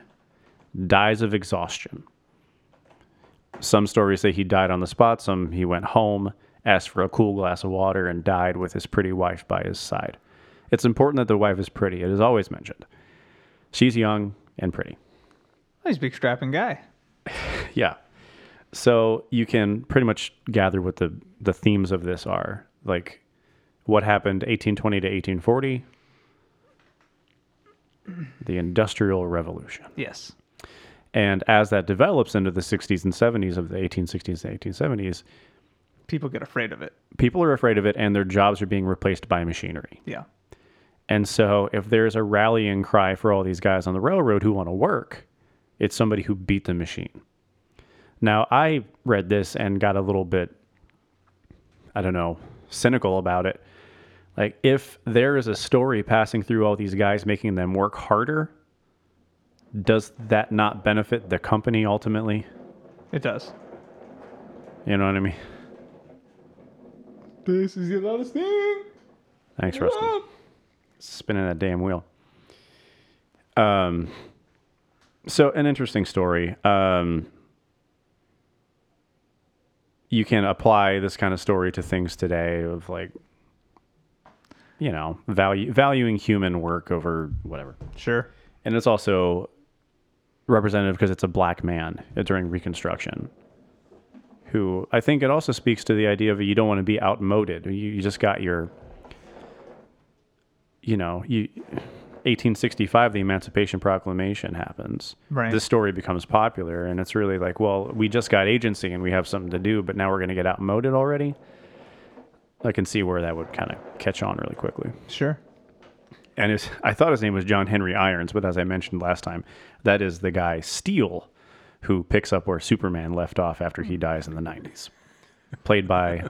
Speaker 1: dies of exhaustion. Some stories say he died on the spot, some he went home, asked for a cool glass of water, and died with his pretty wife by his side. It's important that the wife is pretty. It is always mentioned. She's young and pretty.
Speaker 2: a he's a big strapping guy.
Speaker 1: Yeah. So you can pretty much gather what the the themes of this are. Like what happened 1820 to 1840? The Industrial Revolution.
Speaker 2: Yes.
Speaker 1: And as that develops into the 60s and 70s of the 1860s and 1870s,
Speaker 2: People get afraid of it.
Speaker 1: people are afraid of it and their jobs are being replaced by machinery.
Speaker 2: Yeah.
Speaker 1: And so if there's a rallying cry for all these guys on the railroad who want to work, it's somebody who beat the machine. Now, I read this and got a little bit, I don't know, cynical about it. Like, if there is a story passing through all these guys making them work harder, does that not benefit the company ultimately?
Speaker 2: It does.
Speaker 1: You know what I mean?
Speaker 4: This is the loudest thing.
Speaker 1: Thanks, Rusty. Spinning that damn wheel. Um, so an interesting story. Um, you can apply this kind of story to things today of like, you know, value valuing human work over whatever,
Speaker 2: Sure.
Speaker 1: and it's also representative because it's a black man during Reconstruction. Who I think it also speaks to the idea of you don't want to be outmoded. You, you just got your you know, you, 1865, the Emancipation Proclamation happens.
Speaker 2: Right.
Speaker 1: This story becomes popular, and it's really like, well, we just got agency and we have something to do, but now we're going to get outmoded already. I can see where that would kind of catch on really quickly.
Speaker 2: Sure.
Speaker 1: And it's, I thought his name was John Henry Irons, but as I mentioned last time, that is the guy Steele, who picks up where Superman left off after he dies in the 90s, played by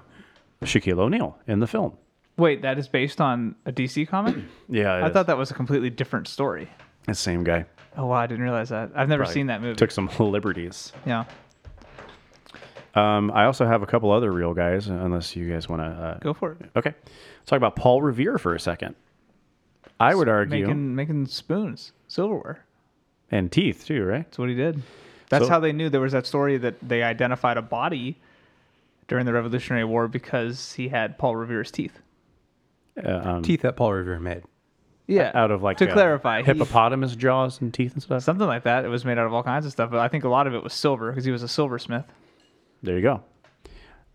Speaker 1: Shaquille O'Neal in the film.
Speaker 2: Wait, that is based on a DC comic?
Speaker 1: Yeah,
Speaker 2: I thought that was a completely different story.
Speaker 1: the same guy.
Speaker 2: Oh wow, I didn't realize that. I've never seen that movie.
Speaker 1: Took some liberties.
Speaker 2: yeah.
Speaker 1: Um, I also have a couple other real guys, unless you guys want to. Uh,
Speaker 2: Go for it.
Speaker 1: Okay, let's talk about Paul Revere for a second. I would argue,
Speaker 2: Making making spoons, silverware.
Speaker 1: and teeth too, right?
Speaker 2: That's what he did. That's
Speaker 1: So-
Speaker 2: how they knew there was that story that they identified a body during the Revolutionary War because he had Paul Revere's teeth.
Speaker 1: Uh, um,
Speaker 3: Teeth that Paul Revere made.
Speaker 2: Yeah.
Speaker 1: out of like
Speaker 2: to
Speaker 1: uh,
Speaker 2: clarify, he-
Speaker 1: hippopotamus jaws and teeth and stuff.
Speaker 2: something like that. It was made out of all kinds of stuff, but I think a lot of it was silver because he was a silversmith.
Speaker 1: There you go.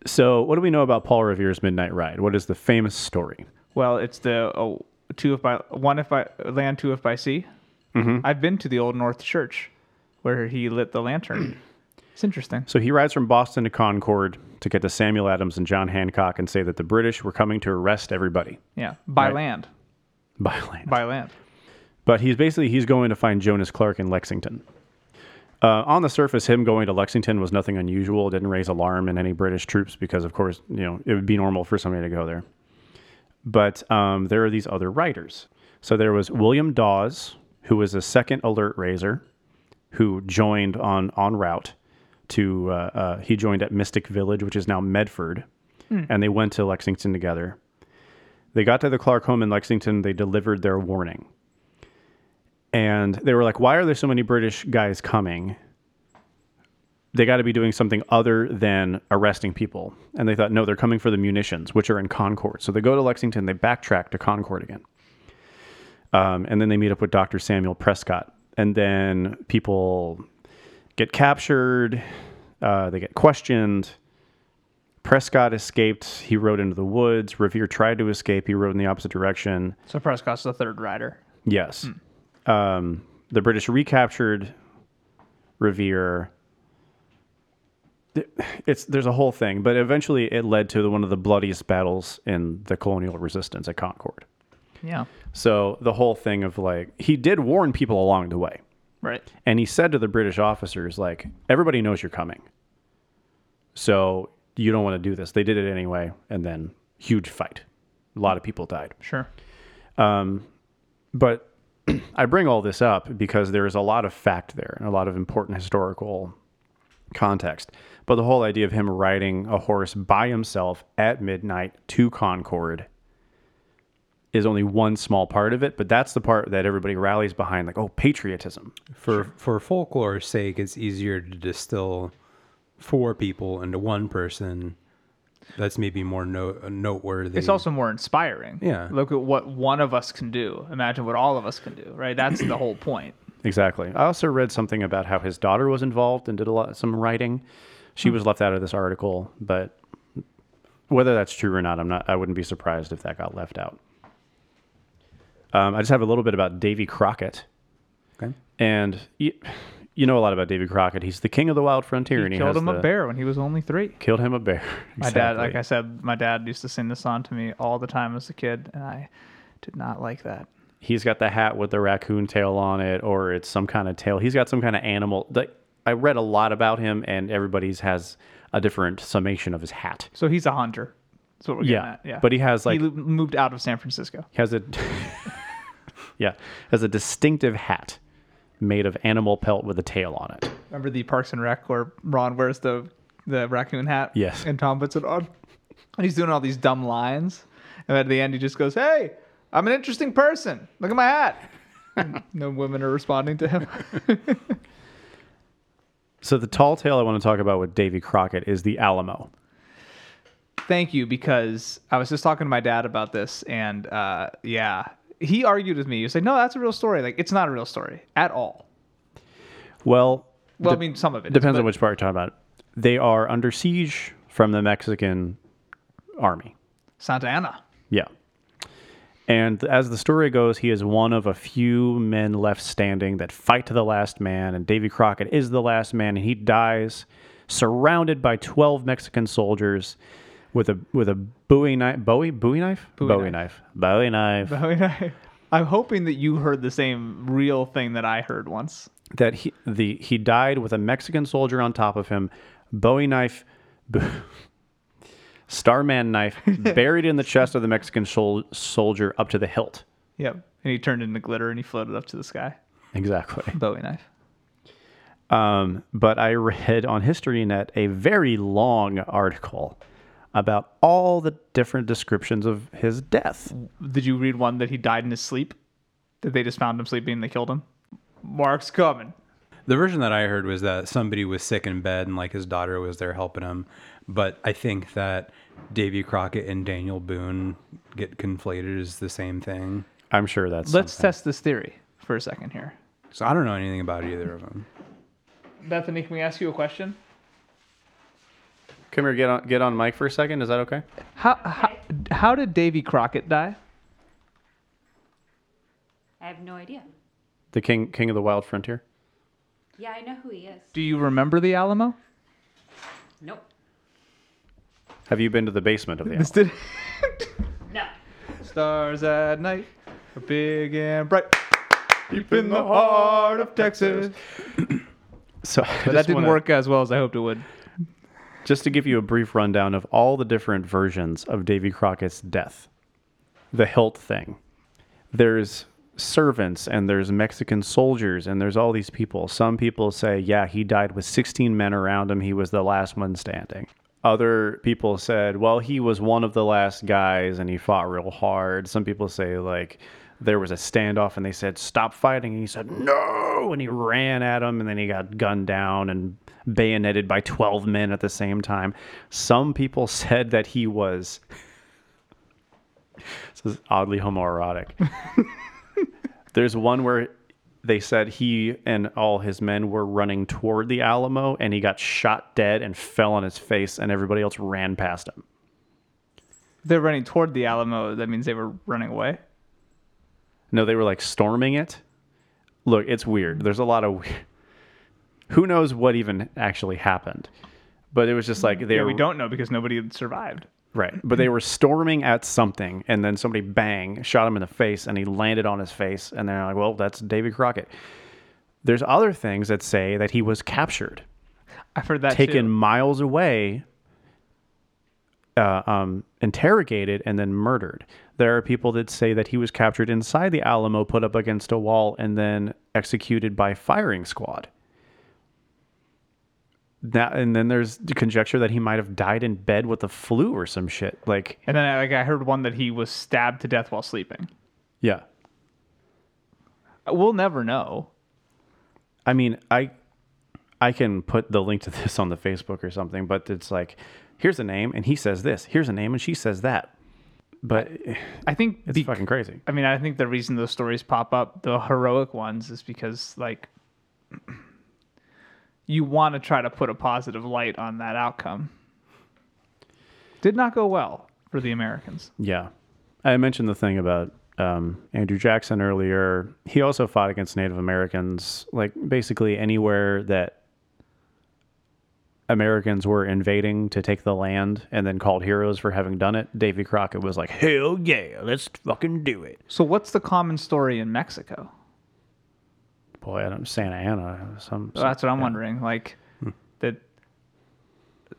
Speaker 1: So, what do we know about Paul Revere's Midnight Ride? What is the famous story?
Speaker 2: Well, it's the oh, two if by one if by land, two if by sea.
Speaker 1: Mm-hmm.
Speaker 2: I've been to the Old North Church where he lit the lantern. it's interesting.
Speaker 1: So he rides from Boston to Concord to get to Samuel Adams and John Hancock and say that the British were coming to arrest everybody
Speaker 2: Yeah, by
Speaker 1: Right.
Speaker 2: land,
Speaker 1: by land.
Speaker 2: by land.
Speaker 1: but he's basically he's going to find Jonas Clark in Lexington. Uh, on the surface, him going to Lexington was nothing unusual. It didn't raise alarm in any British troops because, of course, you know it would be normal for somebody to go there. But um, there are these other writers. So there was William Dawes, who was a second alert raiser, who joined on en route to uh, uh, he joined at Mystic Village, which is now Medford, and they went to Lexington together. They got to the Clark home in Lexington. They delivered their warning and they were like, "Why are there so many British guys coming? They got to be doing something other than arresting people." And they thought, "No, they're coming for the munitions, which are in Concord." So they go to Lexington, they backtrack to Concord again, um, and then they meet up with Dr. Samuel Prescott, and then people get captured, uh, they get questioned. Prescott escaped. He rode into the woods. Revere tried to escape. He rode in the opposite direction.
Speaker 2: So Prescott's the third rider.
Speaker 1: Yes. Um, the British recaptured Revere. Th- It's there's a whole thing, but eventually it led to the, one of the bloodiest battles in the colonial resistance at Concord.
Speaker 2: Yeah.
Speaker 1: So the whole thing of like he did warn people along the way.
Speaker 2: Right.
Speaker 1: and he said to the British officers, like, everybody knows you're coming. So you don't want to do this. They did it anyway, and then huge fight. A lot of people died.
Speaker 2: Sure.
Speaker 1: But I bring all this up because there is a lot of fact there and a lot of important historical context. But the whole idea of him riding a horse by himself at midnight to Concord is only one small part of it, but that's the part that everybody rallies behind, like, oh, patriotism.
Speaker 3: For for folklore's sake, it's easier to distill four people into one person. That's maybe more no, noteworthy.
Speaker 2: It's also more inspiring.
Speaker 3: Yeah.
Speaker 2: Look at what one of us can do. Imagine what all of us can do. Right. That's the whole point.
Speaker 1: Exactly. I also read something about how his daughter was involved and did a lot some writing.
Speaker 2: Hmm.
Speaker 1: She was left out of this article, but whether that's true or not, I'm not. I wouldn't be surprised if that got left out. Um, I just have a little bit about Davy Crockett,
Speaker 3: okay.
Speaker 1: and you, you know a lot about Davy Crockett. He's the king of the wild frontier, and
Speaker 2: he
Speaker 1: he
Speaker 2: killed
Speaker 1: has
Speaker 2: him a
Speaker 1: the-
Speaker 2: bear when he was only three.
Speaker 1: Killed him a bear.
Speaker 2: My dad, like
Speaker 1: Exactly.
Speaker 2: I said, my dad used to sing this song to me all the time as a kid, and I did not like that.
Speaker 1: he's got the hat with the raccoon tail on it or it's some kind of tail he's got some kind of animal like i read a lot about him and everybody's has a different summation of his hat
Speaker 2: So he's a hunter. That's what we're getting
Speaker 1: Yeah,
Speaker 2: at. Yeah.
Speaker 1: but he has, like-
Speaker 2: he lo- moved out of San Francisco.
Speaker 1: he has a yeah has a distinctive hat made of animal pelt with a tail on it
Speaker 2: Remember the Parks and Rec where Ron wears the the raccoon hat?
Speaker 1: Yes.
Speaker 2: And Tom puts it on. And he's doing all these dumb lines. And at the end he just goes, Hey, I'm an interesting person. Look at my hat. And no women are responding to him.
Speaker 1: so the tall tale i want to talk about with davy crockett is the alamo
Speaker 2: Thank you, because I was just talking to my dad about this and uh, yeah. He argued with me. He was like, No, that's a real story. Like, it's not a real story at all.
Speaker 1: well dep-
Speaker 2: Well, I mean some of it is,
Speaker 1: depends
Speaker 2: but-
Speaker 1: on which part you're talking about they are under siege from the mexican army
Speaker 2: Santa Ana.
Speaker 1: Yeah. And as the story goes, he is one of a few men left standing that fight to the last man, and Davy Crockett is the last man, and he dies surrounded by twelve Mexican soldiers with a with a Bowie knife, Bowie Bowie knife, Bowie, knife. Bowie knife.
Speaker 2: I mean, I, I'm hoping that you heard the same real thing that I heard once.
Speaker 1: That he the he died with a Mexican soldier on top of him, Bowie knife, b- Starman knife buried in the chest of the Mexican sol- soldier up to the hilt.
Speaker 2: Yep. And he turned into glitter and he floated up to the sky.
Speaker 1: Exactly.
Speaker 2: Bowie knife.
Speaker 1: Um, but I read on HistoryNet a very long article about all the different descriptions of his death.
Speaker 2: Did you read one that he died in his sleep? That they just found him sleeping and they killed him? Mark's coming.
Speaker 3: The version that I heard was that somebody was sick in bed and like his daughter was there helping him. But I think that Davy Crockett and Daniel Boone get conflated as the same thing.
Speaker 1: I'm sure that's
Speaker 2: Let's test this theory for a second here.
Speaker 3: So I don't know anything about either of them.
Speaker 2: Bethany, can we ask you a question?
Speaker 1: come here. Get on get on mic for a second. Is that okay?
Speaker 2: How how, how did Davy Crockett die?
Speaker 6: I have no idea.
Speaker 1: The king king of the wild frontier.
Speaker 6: Yeah, I know who he is.
Speaker 2: Do you remember the Alamo?
Speaker 6: Nope.
Speaker 1: Have you been to the basement of the?
Speaker 2: This did
Speaker 6: No.
Speaker 2: Stars at night are big and bright. Deep in the heart of Texas.
Speaker 1: so I
Speaker 2: But that
Speaker 1: just
Speaker 2: didn't
Speaker 1: wanna-
Speaker 2: work as well as I hoped it would.
Speaker 1: Just to give you a brief rundown of all the different versions of Davy Crockett's death, the hilt thing. There's servants and there's Mexican soldiers and there's all these people. Some people say, yeah, he died with 16 men around him. He was the last one standing. Other people said, well, he was one of the last guys and he fought real hard. Some people say, like, there was a standoff and they said, stop fighting. And he said, no. And he ran at him and then he got gunned down and bayoneted by 12 men at the same time. Some people said that he was. This is oddly homoerotic. There's one where they said he and all his men were running toward the Alamo and he got shot dead and fell on his face and everybody else ran past him.
Speaker 2: They're running toward the Alamo. That means they were running away.
Speaker 1: No, they were like storming it. Look, it's weird. There's a lot of weird. Who knows what even actually happened? But it was just like they
Speaker 2: Yeah, we
Speaker 1: were-
Speaker 2: don't know because nobody had survived.
Speaker 1: Right. But they were storming at something, and then somebody bang shot him in the face, and he landed on his face. And they're like, well, that's David Crockett. There's other things that say that he was captured,
Speaker 2: I've heard that
Speaker 1: taken
Speaker 2: too.
Speaker 1: miles away, uh, um, interrogated, and then murdered. There are people that say that he was captured inside the Alamo, put up against a wall, and then executed by firing squad. That, and then there's the conjecture that he might have died in bed with the flu or some shit. Like,
Speaker 2: And then I, like I heard one that he was stabbed to death while sleeping.
Speaker 1: yeah.
Speaker 2: We'll never know.
Speaker 1: I mean, I I can put the link to this on the Facebook or something, but it's like here's a name and he says this, here's a name and she says that. But
Speaker 2: I think
Speaker 1: it's
Speaker 2: be-
Speaker 1: fucking crazy.
Speaker 2: I mean, I think the reason those stories pop up, the heroic ones, is because like you want to try to put a positive light on that outcome. Did not go well for the Americans.
Speaker 1: Yeah. I mentioned the thing about um, Andrew Jackson earlier. He also fought against Native Americans, like basically anywhere that Americans were invading to take the land and then called heroes for having done it. Davy Crockett was like, hell yeah, let's fucking do it.
Speaker 2: So what's the common story in Mexico?
Speaker 1: Boy, I don't Santa Ana. Some,
Speaker 2: Well, that's what
Speaker 1: yeah.
Speaker 2: I'm
Speaker 1: Hmm.
Speaker 2: wondering. Like that.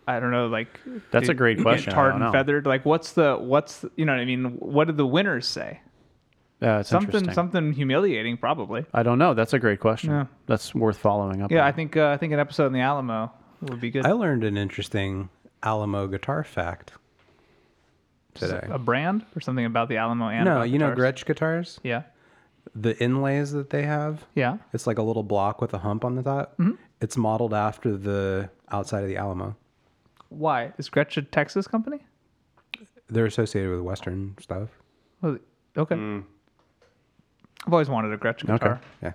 Speaker 2: I don't know. Like
Speaker 1: That's
Speaker 2: did
Speaker 1: a great
Speaker 2: you get
Speaker 1: question. I
Speaker 2: Tarred
Speaker 1: don't
Speaker 2: and
Speaker 1: know.
Speaker 2: feathered. Like what's the what's the- you know what I mean? What did the winners say?
Speaker 1: Yeah, it's
Speaker 2: Something
Speaker 1: interesting.
Speaker 2: something humiliating probably.
Speaker 1: I don't know. That's a great question.
Speaker 2: Yeah.
Speaker 1: That's worth following up.
Speaker 2: Yeah,
Speaker 1: on.
Speaker 2: I think uh, I think an episode in the Alamo would be good.
Speaker 3: I learned an interesting Alamo guitar fact today.
Speaker 2: a brand or something about the Alamo and
Speaker 3: No,
Speaker 2: about
Speaker 3: you know
Speaker 2: guitars?
Speaker 3: Gretsch guitars?
Speaker 2: Yeah,
Speaker 3: The inlays that they have?
Speaker 2: yeah. Mm-hmm.
Speaker 3: It's like a little block with a hump on the top. It's modeled after the outside of the Alamo.
Speaker 2: Why is Gretsch a Texas company?
Speaker 3: They're associated with Western stuff.
Speaker 2: Was it- Okay. I've always wanted a Gretsch guitar.
Speaker 1: Okay.
Speaker 3: Yeah.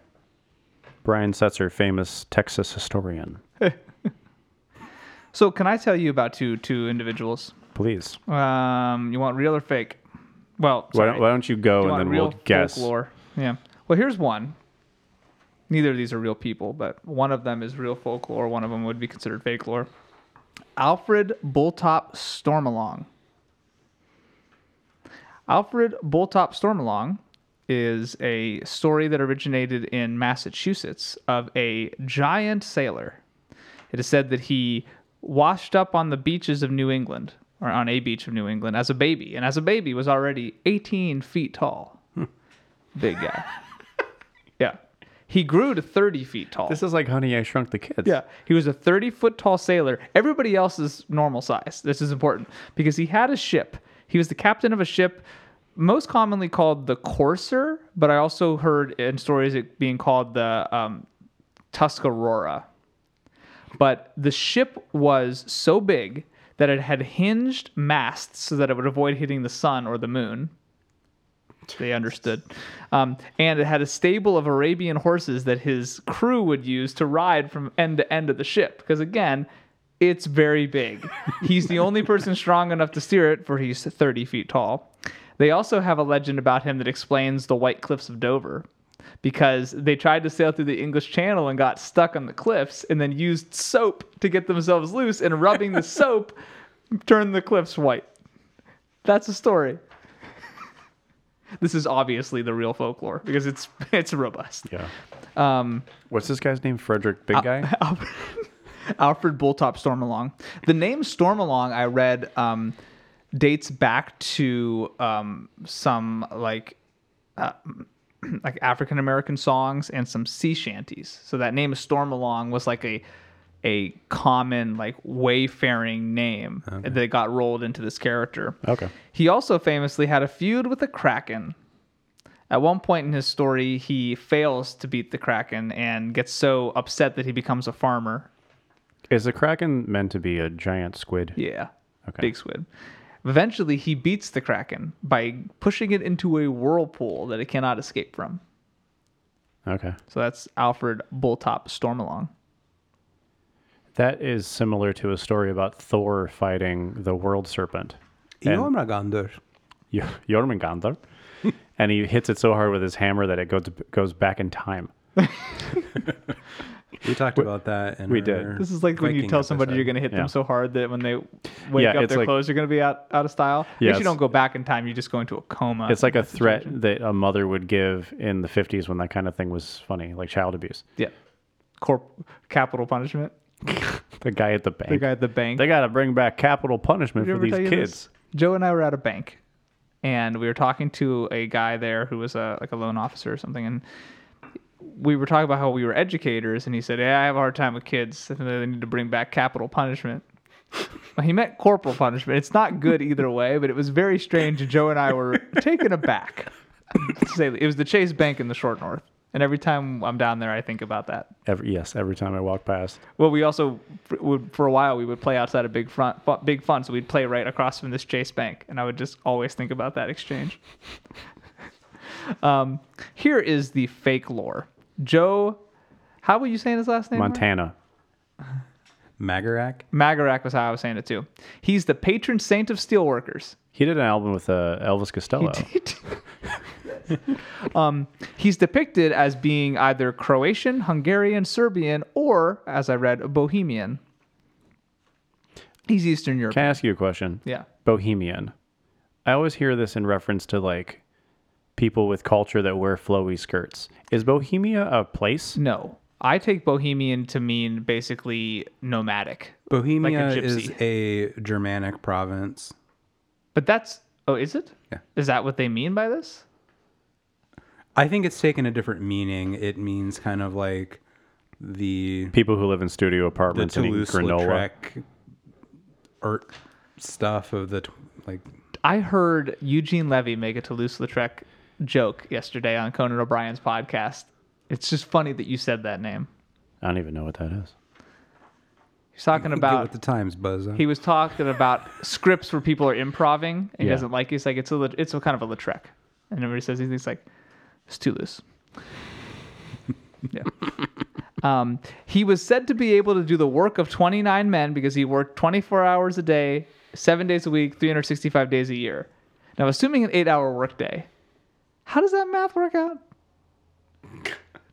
Speaker 1: Brian Setzer, famous Texas historian.
Speaker 2: So can I tell you about two two individuals?
Speaker 1: Please.
Speaker 2: Um, you want real or fake? Well,
Speaker 1: Why
Speaker 2: sorry.
Speaker 1: don't, why don't you go
Speaker 2: you
Speaker 1: and
Speaker 2: want
Speaker 1: then
Speaker 2: real
Speaker 1: we'll guess?
Speaker 2: folklore? Yeah. Well, here's one. Neither of these are real people, but one of them is real folklore. One of them would be considered fake lore. Alfred Bulltop Stormalong. Alfred Bulltop Stormalong is a story that originated in Massachusetts of a giant sailor. It is said that he washed up on the beaches of New England, or on a beach of New England, as a baby, and as a baby was already 18 feet tall. Big guy. yeah. He grew to 30 feet tall.
Speaker 1: This is like Honey, I Shrunk the Kids.
Speaker 2: Yeah, he was a 30 foot tall sailor. Everybody else is normal size. This is important because he had a ship. He was the captain of a ship, most commonly called the Courser, but I also heard in stories it being called the um, Tuscarora. But the ship was so big that it had hinged masts so that it would avoid hitting the sun or the moon. They understood. Um, and it had a stable of Arabian horses that his crew would use to ride from end to end of the ship. Because again, it's very big. He's the only person strong enough to steer it, for he's 30 feet tall. They also have a legend about him that explains the White Cliffs of Dover because they tried to sail through the English Channel and got stuck on the cliffs and then used soap to get themselves loose and rubbing the soap turned the cliffs white. That's a story this is obviously the real folklore because it's it's robust.
Speaker 1: Yeah. Um, What's this guy's name? Frederick
Speaker 2: Uh,
Speaker 1: Big Guy?
Speaker 2: Alfred Bulltop Stormalong. The name Stormalong I read um, dates back to um, some like uh, like African American songs and some sea shanties. So that name Stormalong was like a a common like wayfaring name that got rolled into this character.
Speaker 1: Okay.
Speaker 2: He also famously had a feud with the Kraken. At one point in his story, he fails to beat the Kraken and gets so upset that he becomes a farmer
Speaker 1: Is the Kraken meant to be a giant squid?
Speaker 2: yeah.
Speaker 1: Okay.
Speaker 2: Big squid. Eventually, he beats the kraken by pushing it into a whirlpool that it cannot escape from.
Speaker 1: Okay.
Speaker 2: So that's Alfred Bulltop Stormalong.
Speaker 1: That is similar to a story about Thor fighting the world serpent. And-
Speaker 3: Jormungandr.
Speaker 1: J- Jormungandr, and he hits it so hard with his hammer that it goes goes back in time.
Speaker 3: We talked about that. In
Speaker 1: we did.
Speaker 3: our
Speaker 1: This
Speaker 2: This is like when you
Speaker 3: Viking
Speaker 2: tell somebody
Speaker 3: episode.
Speaker 2: you're going to hit
Speaker 1: Yeah.
Speaker 2: them so hard that when they wake
Speaker 1: Yeah,
Speaker 2: up,
Speaker 1: it's
Speaker 2: their
Speaker 1: like-
Speaker 2: clothes are going to be out, out of style.
Speaker 1: Yeah,
Speaker 2: Yes. you
Speaker 1: it's-
Speaker 2: don't go back in time. You just go into a coma.
Speaker 1: It's like a threat that a mother would give in the 50s when that kind of thing was funny, like child abuse.
Speaker 2: yeah, corp capital punishment.
Speaker 1: The guy at the bank.
Speaker 2: The guy at the bank.
Speaker 1: They got to bring back capital punishment
Speaker 2: Did you
Speaker 1: for
Speaker 2: ever tell
Speaker 1: these
Speaker 2: you
Speaker 1: kids.
Speaker 2: this? Joe and I were at a bank, and we were talking to a guy there who was a like a loan officer or something, and we were talking about how we were educators, and he said, "Yeah, I have a hard time with kids. and They need to bring back capital punishment." Well, he meant corporal punishment. It's not good either way, but it was very strange. and Joe and I were taken aback. to say the- it was the Chase Bank in the Short North, and every time I'm down there, I think about that.
Speaker 1: Every, yes, every time I walk past.
Speaker 2: Well, we also f- would for a while we would play outside of Big Front, fu- Big Fun, so we'd play right across from this Chase Bank, and I would just always think about that exchange. um, here is the fake lore. Joe, how were you saying his last name? Mark?
Speaker 1: Montana.
Speaker 3: Magarac.
Speaker 2: Magarac was how I was saying it too. He's the patron saint of steelworkers.
Speaker 1: He did an album with uh, Elvis Costello.
Speaker 2: um, he's depicted as being either Croatian, Hungarian, Serbian, or, as I read, Bohemian. He's Eastern European.
Speaker 1: Can I ask you a question?
Speaker 2: yeah.
Speaker 1: Bohemian. I always hear this in reference to like people with culture that wear flowy skirts. Is Bohemia a place?
Speaker 2: No. I take bohemian to mean basically nomadic.
Speaker 3: Bohemia
Speaker 2: Like a
Speaker 3: is a Germanic province.
Speaker 2: But that's oh, is it?
Speaker 3: Yeah.
Speaker 2: Is that what they mean by this?
Speaker 3: I think it's taken a different meaning. It means kind of like the
Speaker 1: People who live in studio
Speaker 3: the
Speaker 1: apartments and eat granola.
Speaker 3: Toulouse-Lautrec art stuff of the tw- like.
Speaker 2: I heard Eugene Levy make a Toulouse-Lautrec joke yesterday on Conan O'Brien's podcast. It's just funny that you said that name.
Speaker 1: I don't even know what that is.
Speaker 2: He's talking
Speaker 3: Get
Speaker 2: about
Speaker 3: with the times, Buzz.
Speaker 2: he was talking about scripts where people are improving and he
Speaker 1: Yeah.
Speaker 2: doesn't like it. He's like it's a lit- it's a kind of a Lautrec. And everybody says these things like it's too loose. yeah. Um, he was said to be able to do the work of 29 men because he worked 24 hours a day, seven days a week, 365 days a year. Now, assuming an eight-hour workday, how does that math work out?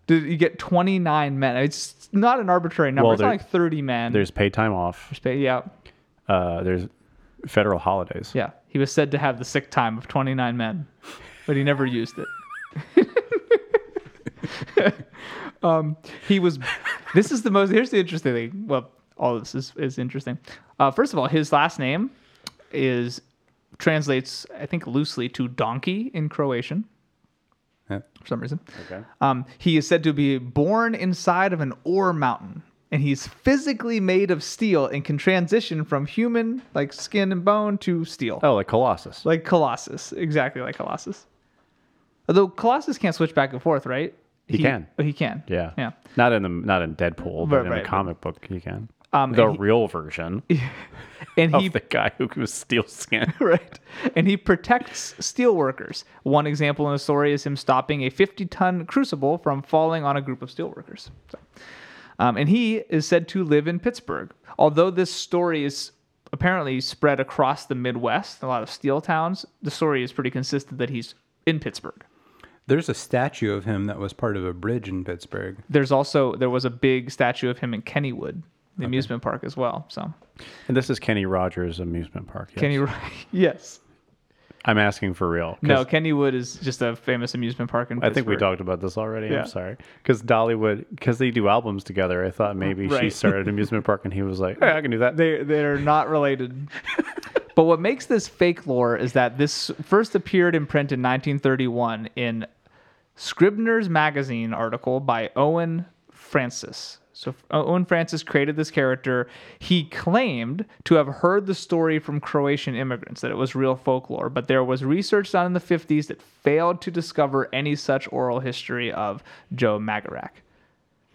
Speaker 2: Did you get 29 men? It's not an arbitrary number.
Speaker 1: Well,
Speaker 2: it's not
Speaker 1: there-
Speaker 2: like 30 men.
Speaker 1: There's paid time off.
Speaker 2: yeah.
Speaker 1: Uh, there's federal holidays.
Speaker 2: Yeah, he was said to have the sick time of 29 men, but he never used it. um, he was. This is the most. Here's the interesting thing. Well, all this is is interesting. Uh, first of all, his last name is translates, I think, loosely to donkey in Croatian
Speaker 3: Yeah.
Speaker 2: for some reason. Okay. Um, he is said to be born inside of an ore mountain, and he's physically made of steel and can transition from human, like skin and bone, to steel.
Speaker 1: Oh, like Colossus.
Speaker 2: Like Colossus, exactly like Colossus. Although Colossus can't switch back and forth, right?
Speaker 1: He can.
Speaker 2: Oh, he can.
Speaker 1: yeah.
Speaker 2: Yeah.
Speaker 1: Not in the not in Deadpool, but
Speaker 2: Right,
Speaker 1: in
Speaker 2: right,
Speaker 1: the
Speaker 2: but-
Speaker 1: comic book you can.
Speaker 2: Um,
Speaker 1: the
Speaker 2: and he-
Speaker 1: real version
Speaker 2: And
Speaker 1: of
Speaker 2: he
Speaker 1: the guy who was steel skin.
Speaker 2: right. And he protects steelworkers. One example in the story is him stopping a 50 ton crucible from falling on a group of steelworkers. So, um, and he is said to live in Pittsburgh. Although this story is apparently spread across the Midwest, a lot of steel towns, the story is pretty consistent that he's in Pittsburgh.
Speaker 3: There's a statue of him that was part of a bridge in Pittsburgh.
Speaker 2: There's also, there was a big statue of him in Kennywood, the amusement park as well. So,
Speaker 1: And this is Kenny Rogers amusement park. Yes.
Speaker 2: Kenny, yes.
Speaker 1: I'm asking for real. 'cause
Speaker 2: No, Kennywood is just a famous amusement park in
Speaker 1: I
Speaker 2: Pittsburgh.
Speaker 1: think we talked about this already.
Speaker 2: Yeah.
Speaker 1: I'm sorry. Because Dollywood, because they do albums together, I thought maybe she
Speaker 2: Right.
Speaker 1: started an amusement park and he was like, yeah, I can do that.
Speaker 2: They they're not related. but what makes this fake lore is that this first appeared in print in 1931 in Scribner's magazine article by Owen Francis. So O- Owen Francis created this character. He claimed to have heard the story from Croatian immigrants that it was real folklore, but there was research done in the 50s that failed to discover any such oral history of Joe Magarac.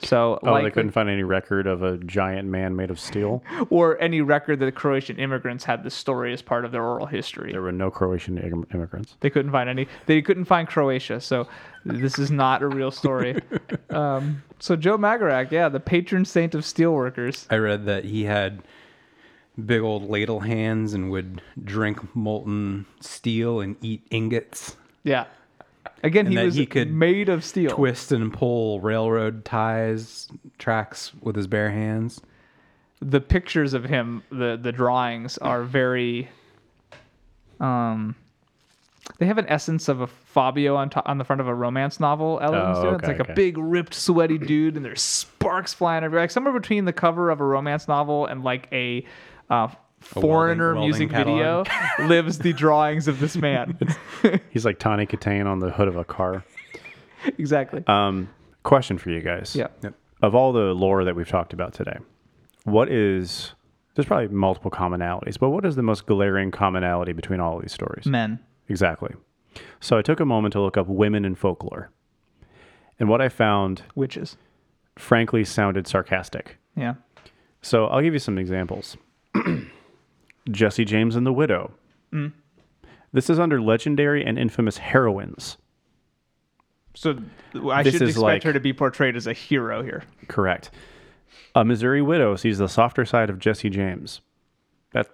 Speaker 2: So
Speaker 1: oh,
Speaker 2: likely,
Speaker 1: they couldn't find any record of a giant man made of steel.
Speaker 2: or any record that Croatian immigrants had this story as part of their oral history.
Speaker 1: There were no Croatian im- immigrants.
Speaker 2: They couldn't find any. They couldn't find Croatia, so this is not a real story. um, so Joe Magarac, yeah, the patron saint of steelworkers.
Speaker 3: I read that he had big old ladle hands and would drink molten steel and eat ingots.
Speaker 2: Yeah, Again,
Speaker 3: And
Speaker 2: he
Speaker 3: that
Speaker 2: was
Speaker 3: he could
Speaker 2: made of steel.
Speaker 3: twist and pull railroad ties tracks with his bare hands.
Speaker 2: The pictures of him, the the drawings are very. Um, they have an essence of a Fabio on to- on the front of a romance novel. elements
Speaker 1: Oh,
Speaker 2: to it.
Speaker 1: okay,
Speaker 2: it's like
Speaker 1: okay.
Speaker 2: a big ripped, sweaty dude, and there's sparks flying everywhere. Like somewhere between the cover of a romance novel and like a. Uh, Foreigner
Speaker 3: welding
Speaker 2: music
Speaker 3: catalog.
Speaker 2: video lives the drawings of this man.
Speaker 1: He's like Tawny Katane on the hood of a car.
Speaker 2: exactly.
Speaker 1: Um, question for you guys.
Speaker 2: yeah.
Speaker 1: Of all the lore that we've talked about today, what is there's probably multiple commonalities, but what is the most glaring commonality between all of these stories?
Speaker 2: Men.
Speaker 1: Exactly. So I took a moment to look up women in folklore. And what I found
Speaker 2: Witches.
Speaker 1: frankly sounded sarcastic.
Speaker 2: Yeah.
Speaker 1: So I'll give you some examples. Jesse James and the Widow. This is under legendary and infamous heroines.
Speaker 2: So I
Speaker 1: This
Speaker 2: should
Speaker 1: is
Speaker 2: expect
Speaker 1: like-
Speaker 2: her to be portrayed as a hero here.
Speaker 1: Correct. A Missouri widow sees the softer side of Jesse James. That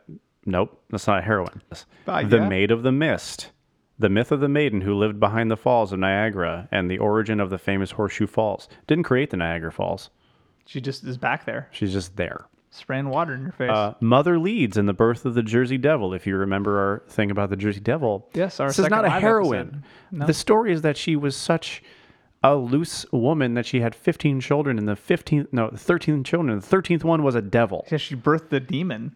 Speaker 1: nope, that's not a heroine.
Speaker 2: Uh,
Speaker 1: the
Speaker 2: yeah.
Speaker 1: Maid of the Mist. The myth of the maiden who lived behind the falls of Niagara and the origin of the famous Horseshoe Falls. Didn't create the Niagara Falls.
Speaker 2: She just is back there,
Speaker 1: She's just there.
Speaker 2: spraying water in your face.
Speaker 1: Uh, Mother Leeds in the birth of the Jersey Devil. If you remember our thing about the Jersey Devil,
Speaker 2: Yes, our
Speaker 1: this is not
Speaker 2: second
Speaker 1: a
Speaker 2: live
Speaker 1: heroine.
Speaker 2: episode. No.
Speaker 1: The story is that she was such a loose woman that she had 15 children, and the 15th, no, 13 children. The 13th one was a devil.
Speaker 2: yeah, she birthed the demon.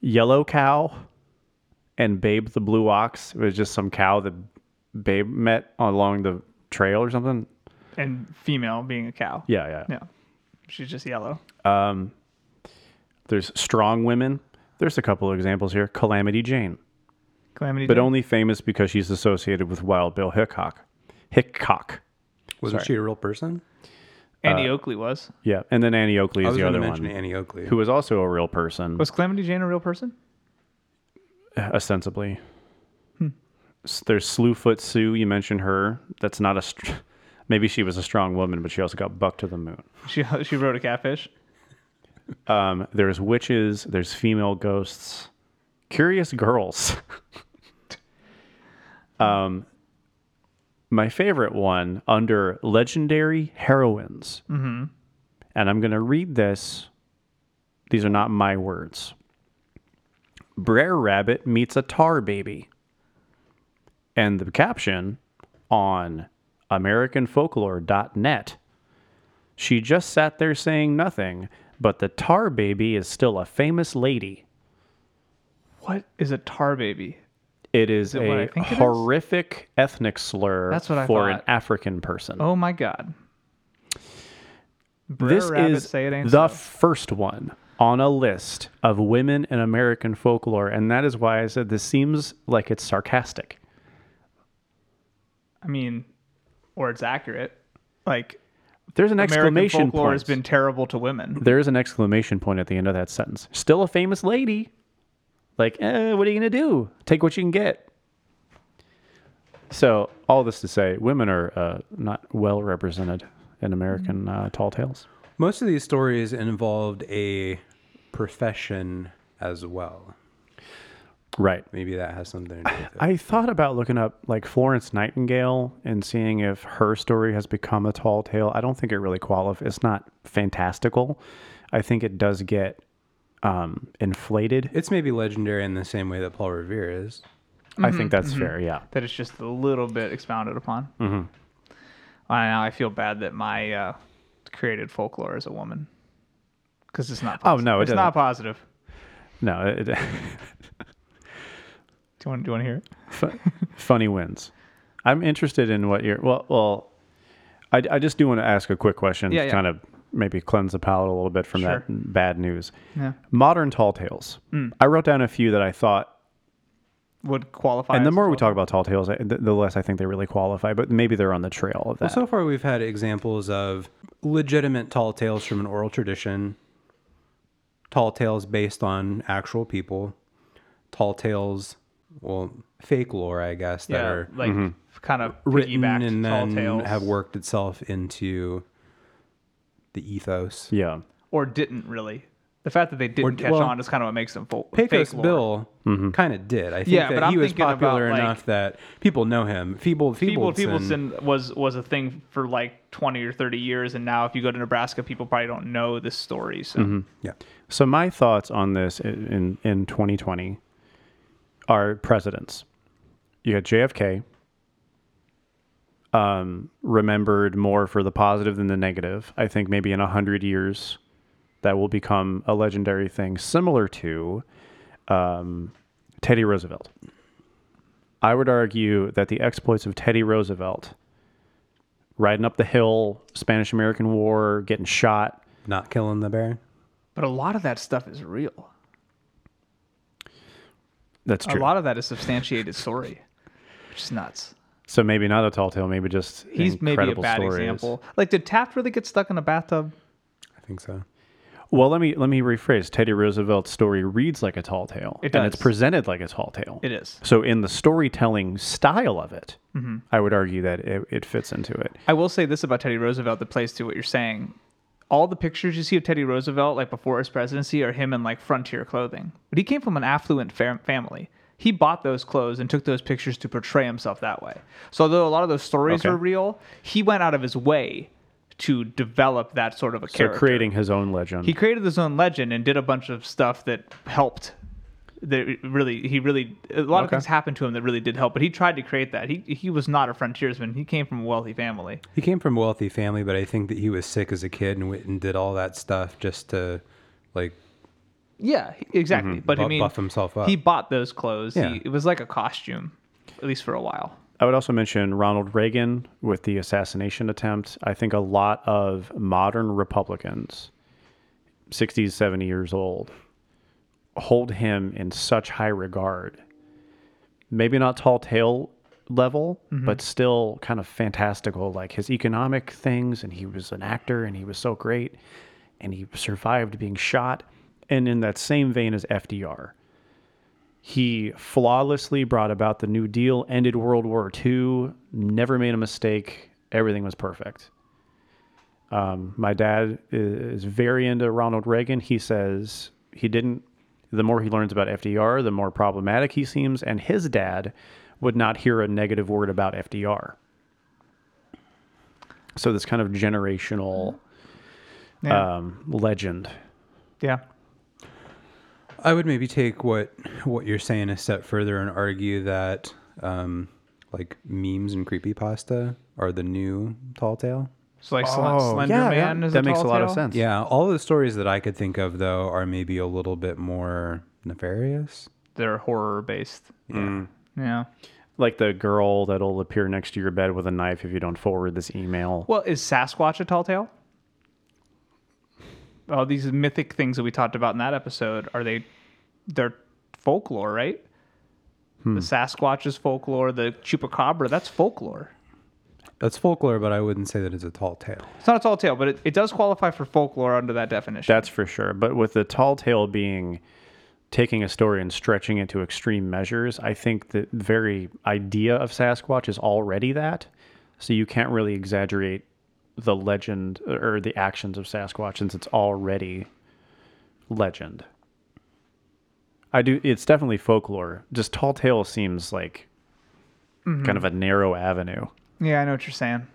Speaker 1: Yellow Cow and Babe the Blue Ox. It was just some cow that Babe met along the trail or something.
Speaker 2: And female being a cow.
Speaker 1: Yeah, yeah.
Speaker 2: Yeah. She's just yellow.
Speaker 1: There's strong women. There's a couple of examples here. Calamity Jane.
Speaker 2: Calamity
Speaker 1: but
Speaker 2: Jane.
Speaker 1: only famous because she's associated with Wild Bill Hickok. Hickok.
Speaker 3: Wasn't she a real person?
Speaker 2: Annie
Speaker 1: uh,
Speaker 2: Oakley was.
Speaker 1: Yeah. And then Annie Oakley
Speaker 3: I
Speaker 1: is
Speaker 3: was
Speaker 1: the
Speaker 3: going to
Speaker 1: other
Speaker 3: mention
Speaker 1: one,
Speaker 3: Annie Oakley.
Speaker 1: who was also a real person,
Speaker 2: Was Calamity Jane a real person?
Speaker 1: ostensibly.
Speaker 3: Hmm.
Speaker 1: S- There's Slewfoot Sue. You mentioned her. That's not a. Str- Maybe she was a strong woman, but she also got bucked to the moon.
Speaker 2: She she rode a catfish.
Speaker 1: Um, there's witches. There's female ghosts. Curious girls. um, my favorite one under legendary heroines. Mm-hmm. And I'm going to read this. These are not my words. Brer Rabbit meets a tar baby. And the caption on AmericanFolklore.net she just sat there saying nothing, but the tar baby is still a famous lady.
Speaker 2: What is a tar baby?
Speaker 1: It is
Speaker 2: it what I
Speaker 1: a
Speaker 2: think it is?
Speaker 1: horrific ethnic slur
Speaker 2: That's what I
Speaker 1: for an
Speaker 2: thought.
Speaker 1: African person.
Speaker 2: Oh my god. Brer
Speaker 1: this
Speaker 2: Rabbit,
Speaker 1: is
Speaker 2: say it ain't
Speaker 1: the
Speaker 2: so.
Speaker 1: first one on a list of women in American folklore, and that is why I said this seems like it's sarcastic.
Speaker 2: I mean, or it's accurate. Like
Speaker 1: There's an
Speaker 2: American
Speaker 1: exclamation
Speaker 2: folklore
Speaker 1: point.
Speaker 2: has been terrible to women.
Speaker 1: there is an exclamation point at the end of that sentence. Still a famous lady. Like, eh, what are you going to do? Take what you can get. So, all this to say, women are uh, not well represented in American uh, tall tales.
Speaker 3: Most of these stories involved a profession as well.
Speaker 1: Right.
Speaker 3: Maybe that has something to do with it.
Speaker 1: I thought about looking up like Florence Nightingale and seeing if her story has become a tall tale. I don't think it really qualifies. It's not fantastical. I think it does get um, inflated.
Speaker 3: It's maybe legendary in the same way that Paul Revere is.
Speaker 1: I think that's fair. Yeah.
Speaker 2: that it's just a little bit expounded upon. Mm-hmm. I know. I feel bad that my uh, created folklore is a woman because it's not.
Speaker 1: Oh,
Speaker 2: Positive.
Speaker 1: no, it
Speaker 2: it's not positive.
Speaker 1: No. It,
Speaker 2: Do you want? Do you want to hear it?
Speaker 1: Fu- funny wins. I'm interested in what you're. Well, well, I, I just do want to ask a quick question
Speaker 2: Yeah,
Speaker 1: to
Speaker 2: yeah.
Speaker 1: kind of maybe cleanse the palate a little bit from
Speaker 2: Sure. Mm.
Speaker 1: that bad news.
Speaker 2: Yeah.
Speaker 1: Modern tall tales. I wrote down a few that I thought,
Speaker 2: Would qualify.
Speaker 1: and the
Speaker 2: as
Speaker 1: more we
Speaker 2: folklore.
Speaker 1: talk about tall tales, I- the, the less I think they really qualify. But maybe they're on the trail of that.
Speaker 3: So far, we've had examples of legitimate tall tales from an oral tradition, tall tales based on actual people, tall tales, well, fake lore, I guess, that
Speaker 2: yeah,
Speaker 3: are
Speaker 2: like kind of
Speaker 3: written
Speaker 2: piggybacked
Speaker 3: and
Speaker 2: tall
Speaker 3: then
Speaker 2: tales,
Speaker 3: have worked itself into the ethos.
Speaker 1: yeah.
Speaker 2: or didn't really. The fact that they didn't
Speaker 3: Or-
Speaker 2: catch
Speaker 3: well,
Speaker 2: on is kind of what makes them full.
Speaker 3: Pecos
Speaker 2: fake lore.
Speaker 3: Bill kind of did. I think
Speaker 2: Yeah,
Speaker 3: that
Speaker 2: but I'm
Speaker 3: he was
Speaker 2: thinking
Speaker 3: popular
Speaker 2: about, like-
Speaker 3: enough that people know him. Feeble
Speaker 2: People,
Speaker 3: Feebleson.
Speaker 2: Feebleson was was a thing for like twenty or thirty years, and now if you go to Nebraska, people probably don't know this story. So
Speaker 3: Yeah.
Speaker 1: So my thoughts on this i- in in 2020 are presidents. You had JFK, um, remembered more for the positive than the negative. I think maybe in a hundred years, that will become a legendary thing, similar to um, Teddy Roosevelt. I would argue that the exploits of Teddy Roosevelt, riding up the hill, Spanish American War, getting shot,
Speaker 3: Not killing the bear.
Speaker 2: but a lot of that stuff is real.
Speaker 1: that's true.
Speaker 2: A lot of that is substantiated story, which is nuts.
Speaker 1: So maybe not a tall tale, maybe just
Speaker 2: He's maybe a
Speaker 1: incredible
Speaker 2: bad
Speaker 1: stories.
Speaker 2: example. Like, did Taft really get stuck in a bathtub?
Speaker 3: I think so.
Speaker 1: Well, let me let me rephrase. Teddy Roosevelt's story reads like a tall tale,
Speaker 2: It
Speaker 1: and
Speaker 2: does.
Speaker 1: it's presented like a tall tale.
Speaker 2: It is.
Speaker 1: So in the storytelling style of it,
Speaker 2: Mm-hmm.
Speaker 1: I would argue that it, it fits into it.
Speaker 2: I will say this about Teddy Roosevelt that plays to what you're saying. All the pictures you see of Teddy Roosevelt, like before his presidency, are him in like frontier clothing. But he came from an affluent fam- family. He bought those clothes and took those pictures to portray himself that way. So, although a lot of those stories
Speaker 1: Okay.
Speaker 2: were real, he went out of his way to develop that sort of a character.
Speaker 1: So creating his own legend.
Speaker 2: he created his own legend and did a bunch of stuff that helped that really he really a lot of
Speaker 1: Okay.
Speaker 2: things happened to him that really did help but he tried to create that he he was not a frontiersman he came from a wealthy family
Speaker 3: He came from a wealthy family, but I think that he was sick as a kid and went and did all that stuff just to, like,
Speaker 2: yeah he- exactly but i
Speaker 3: Bu-
Speaker 2: mean
Speaker 3: buff himself up.
Speaker 2: he bought those clothes
Speaker 3: Yeah.
Speaker 2: he, it was like a costume at least for a while
Speaker 1: I would also mention Ronald Reagan with the assassination attempt. I think a lot of modern Republicans, 60s, 70 years old, hold him in such high regard. Maybe not tall tale level, but still kind of fantastical. Like his economic things, and he was an actor and he was so great and he survived being shot. And in that same vein as FDR he flawlessly brought about the New Deal, ended World War II, never made a mistake. Everything was perfect. Um, my dad i- is very into Ronald Reagan. He says he didn't. The more he learns about FDR, the more problematic he seems. And his dad would not hear a negative word about FDR. So this kind of generational
Speaker 2: yeah
Speaker 1: um, legend.
Speaker 2: yeah
Speaker 3: I would maybe take what what you're saying a step further and argue that um, like memes and creepypasta are the new tall tale.
Speaker 2: so like Slen- slender man is
Speaker 1: that makes
Speaker 2: tall
Speaker 1: a lot of
Speaker 2: tale?
Speaker 1: sense.
Speaker 3: Yeah, all the stories that I could think of though are maybe a little bit more nefarious.
Speaker 2: they're horror based yeah
Speaker 1: like the girl that'll appear next to your bed with a knife if you don't forward this email.
Speaker 2: Well, is Sasquatch a tall tale? All these mythic things that we talked about in that episode are they? They're folklore, right? The Sasquatch is folklore. The chupacabra, that's folklore.
Speaker 3: That's folklore, but I wouldn't say that it's a tall tale.
Speaker 2: It's not a tall tale, but it, it does qualify for folklore under that definition.
Speaker 1: That's for sure. But with the tall tale being taking a story and stretching it to extreme measures, I think the very idea of Sasquatch is already that. So you can't really exaggerate the legend or the actions of Sasquatch since it's already legend. I do. It's definitely folklore. Just tall tale seems like kind of a narrow avenue.
Speaker 2: yeah, I know what you're saying.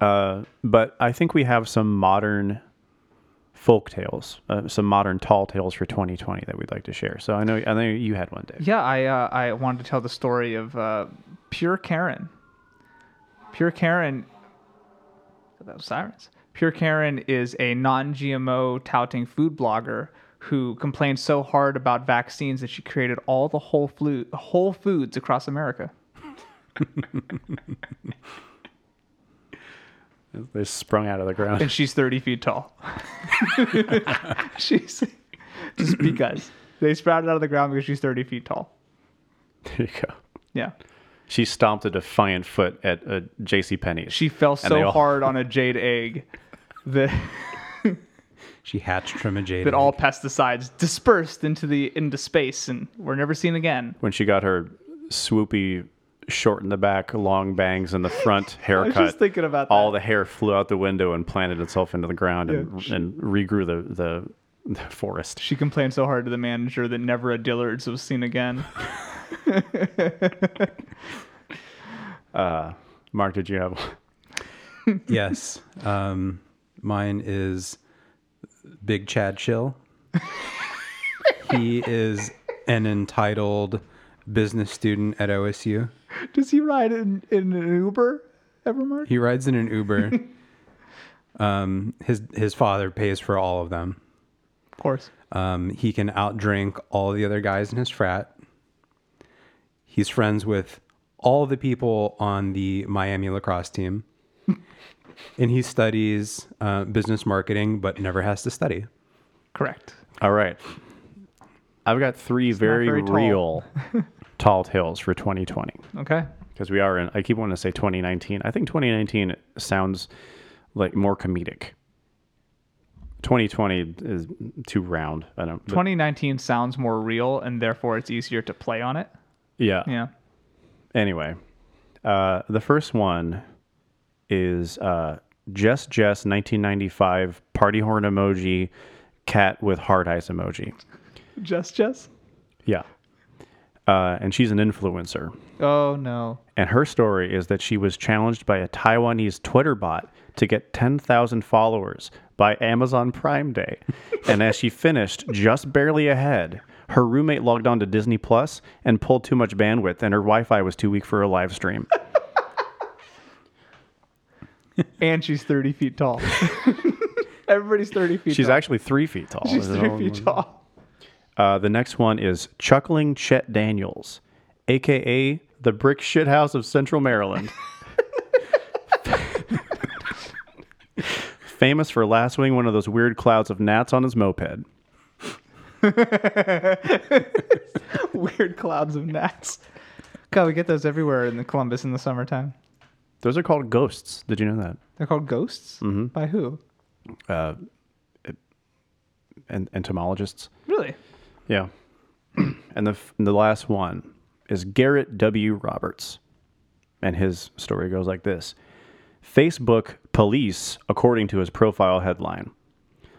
Speaker 1: but I think we have some modern folk tales, uh, some modern tall tales for 2020 that we'd like to share. So I know I know you had one, Dave.
Speaker 2: Yeah, I uh, I wanted to tell the story of uh, Pure Karen. Pure Karen. That was sirens. Pure Karen is a non-GMO touting food blogger who complained so hard about vaccines that she created all the whole flu- Whole Foods across America.
Speaker 1: They sprung out of the ground.
Speaker 2: and she's 30 feet tall. she's just because they sprouted out of the ground because she's 30 feet tall.
Speaker 1: there you go.
Speaker 2: Yeah.
Speaker 1: She stomped a defiant foot at uh, J.C. Penney's.
Speaker 2: She fell
Speaker 1: And they
Speaker 2: so
Speaker 1: all-
Speaker 2: hard on a jade egg that
Speaker 3: She hatched from a jade.
Speaker 2: that
Speaker 3: egg.
Speaker 2: all pesticides dispersed into the into space and were never seen again.
Speaker 1: when she got her swoopy short in the back, long bangs in the front,
Speaker 2: I was
Speaker 1: haircut.
Speaker 2: just thinking about that.
Speaker 1: all the hair flew out the window and planted itself into the ground and, and regrew the, the, the forest.
Speaker 2: she complained so hard to the manager that never a Dillard's was seen again.
Speaker 1: Mark, did you have one?
Speaker 3: yes. Um, mine is Big Chad Chill. he is an entitled business student at OSU.
Speaker 2: Does he ride in, in an Uber ever, Mark?
Speaker 3: He rides in an Uber. um, his his father pays for all of them.
Speaker 2: Of course.
Speaker 3: Um, he can outdrink all the other guys in his frat. He's friends with all the people on the Miami lacrosse team. and he studies uh, business marketing, but never has to study.
Speaker 2: Correct.
Speaker 1: All right. I've got three very,
Speaker 2: very tall.
Speaker 1: real tall tales for 2020
Speaker 2: Okay.
Speaker 1: because we are in, I keep wanting to say 2019. I think 2019 sounds like more comedic. 2020 is too round. I don't, but-
Speaker 2: 2019 sounds more real, and therefore it's easier to play on it.
Speaker 1: yeah.
Speaker 2: Yeah.
Speaker 1: Anyway, uh, the first one is uh, Just Jess 1995 party horn emoji, cat with heart eyes emoji.
Speaker 2: Just, Jess?
Speaker 1: Yeah. Uh, and she's an influencer.
Speaker 2: Oh, no.
Speaker 1: And her story is that she was challenged by a Taiwanese Twitter bot to get 10,000 followers by Amazon Prime Day. and as she finished just barely ahead, her roommate logged on to Disney Plus and pulled too much bandwidth, and her Wi Fi was too weak for a live stream.
Speaker 2: And she's 30 feet tall. Everybody's 30 feet
Speaker 1: She's
Speaker 2: tall.
Speaker 1: actually three feet tall.
Speaker 2: She's
Speaker 1: Is it
Speaker 2: 30
Speaker 1: all-
Speaker 2: feet tall.
Speaker 1: Uh, the next one is Chuckling Chet Daniels, aka the Brick Shithouse of Central Maryland. Famous for lassoing one of those weird clouds of gnats on his moped.
Speaker 2: Weird clouds of gnats. God, we get those everywhere in the Columbus in the summertime.
Speaker 1: Those are called ghosts. Did you know that?
Speaker 2: They're called ghosts? By who?
Speaker 1: And entomologists.
Speaker 2: Really?
Speaker 1: Yeah. and the f- and the last one is Garrett W. Roberts, and his story goes like this: Facebook police, according to his profile headline,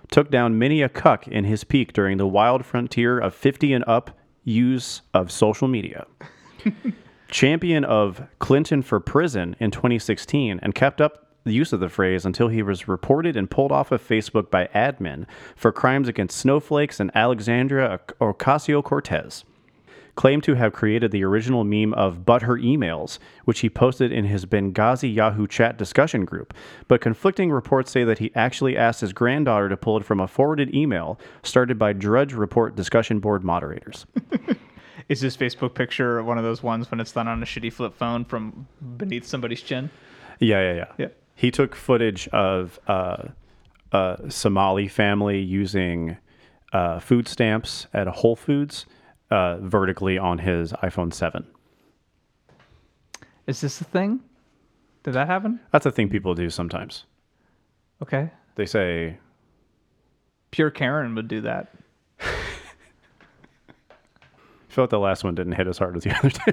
Speaker 1: took down many a cuck in his peak during the wild frontier of 50 and up use of social media. Champion of Clinton for prison in 2016 and kept up the use of the phrase until he was reported and pulled off of Facebook by admin for crimes against snowflakes and Alexandria Ocasio Cortez. Claimed to have created the original meme of but her emails, which he posted in his Benghazi Yahoo chat discussion group. But conflicting reports say that he actually asked his granddaughter to pull it from a forwarded email started by Drudge Report discussion board moderators.
Speaker 2: Is this Facebook picture one of those ones when it's done on a shitty flip phone from beneath somebody's chin?
Speaker 1: Yeah, yeah, yeah.
Speaker 2: Yeah.
Speaker 1: He took footage of uh, a Somali family using uh, food stamps at Whole Foods uh, vertically on his iPhone 7.
Speaker 2: Is this a thing? Did that happen?
Speaker 1: That's a thing people do sometimes.
Speaker 2: Okay.
Speaker 1: They say,
Speaker 2: Pure Karen would do that.
Speaker 1: I feel like the last one didn't hit as hard as the other two.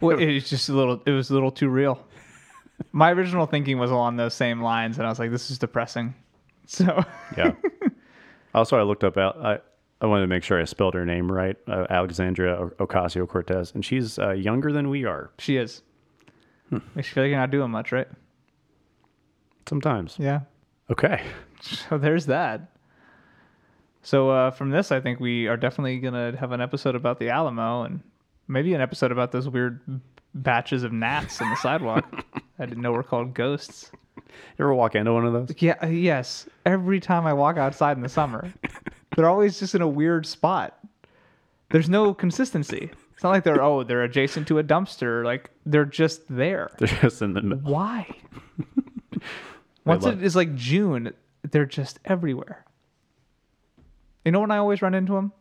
Speaker 2: Well, it was just a little. It was a little too real. My original thinking was along those same lines, and I was like, "This is depressing." So,
Speaker 1: yeah. Also, I looked up, Al- I, I wanted to make sure I spelled her name right uh, Alexandria Ocasio Cortez, and she's uh, younger than we are
Speaker 2: she is. Makes you feel like you're not doing much, right?
Speaker 1: sometimes.
Speaker 2: Yeah.
Speaker 1: Okay.
Speaker 2: So there's that. So uh, from this, I think we are definitely gonna have an episode about the Alamo, and maybe an episode about those weird batches of gnats on the sidewalk. I didn't know were called ghosts.
Speaker 1: You ever walk into one of those?
Speaker 2: Yeah. uh, Yes. Every time I walk outside in the summer, they're always just in a weird spot. There's no consistency. It's not like they're oh they're adjacent to a dumpster. Like they're just there.
Speaker 1: They're just in the middle.
Speaker 2: Why? Once
Speaker 1: love-
Speaker 2: it is like June, they're just everywhere. You know when I always run into them?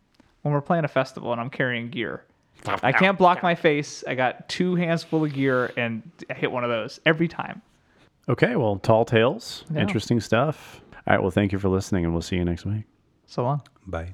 Speaker 2: When we're playing a festival and I'm carrying gear. I can't block my face. I got two hands full of gear and I hit one of those every time.
Speaker 1: Okay, well, tall tales,
Speaker 2: Yeah.
Speaker 1: interesting stuff. All right, well, thank you for listening, and we'll see you next week.
Speaker 2: So long.
Speaker 3: Bye.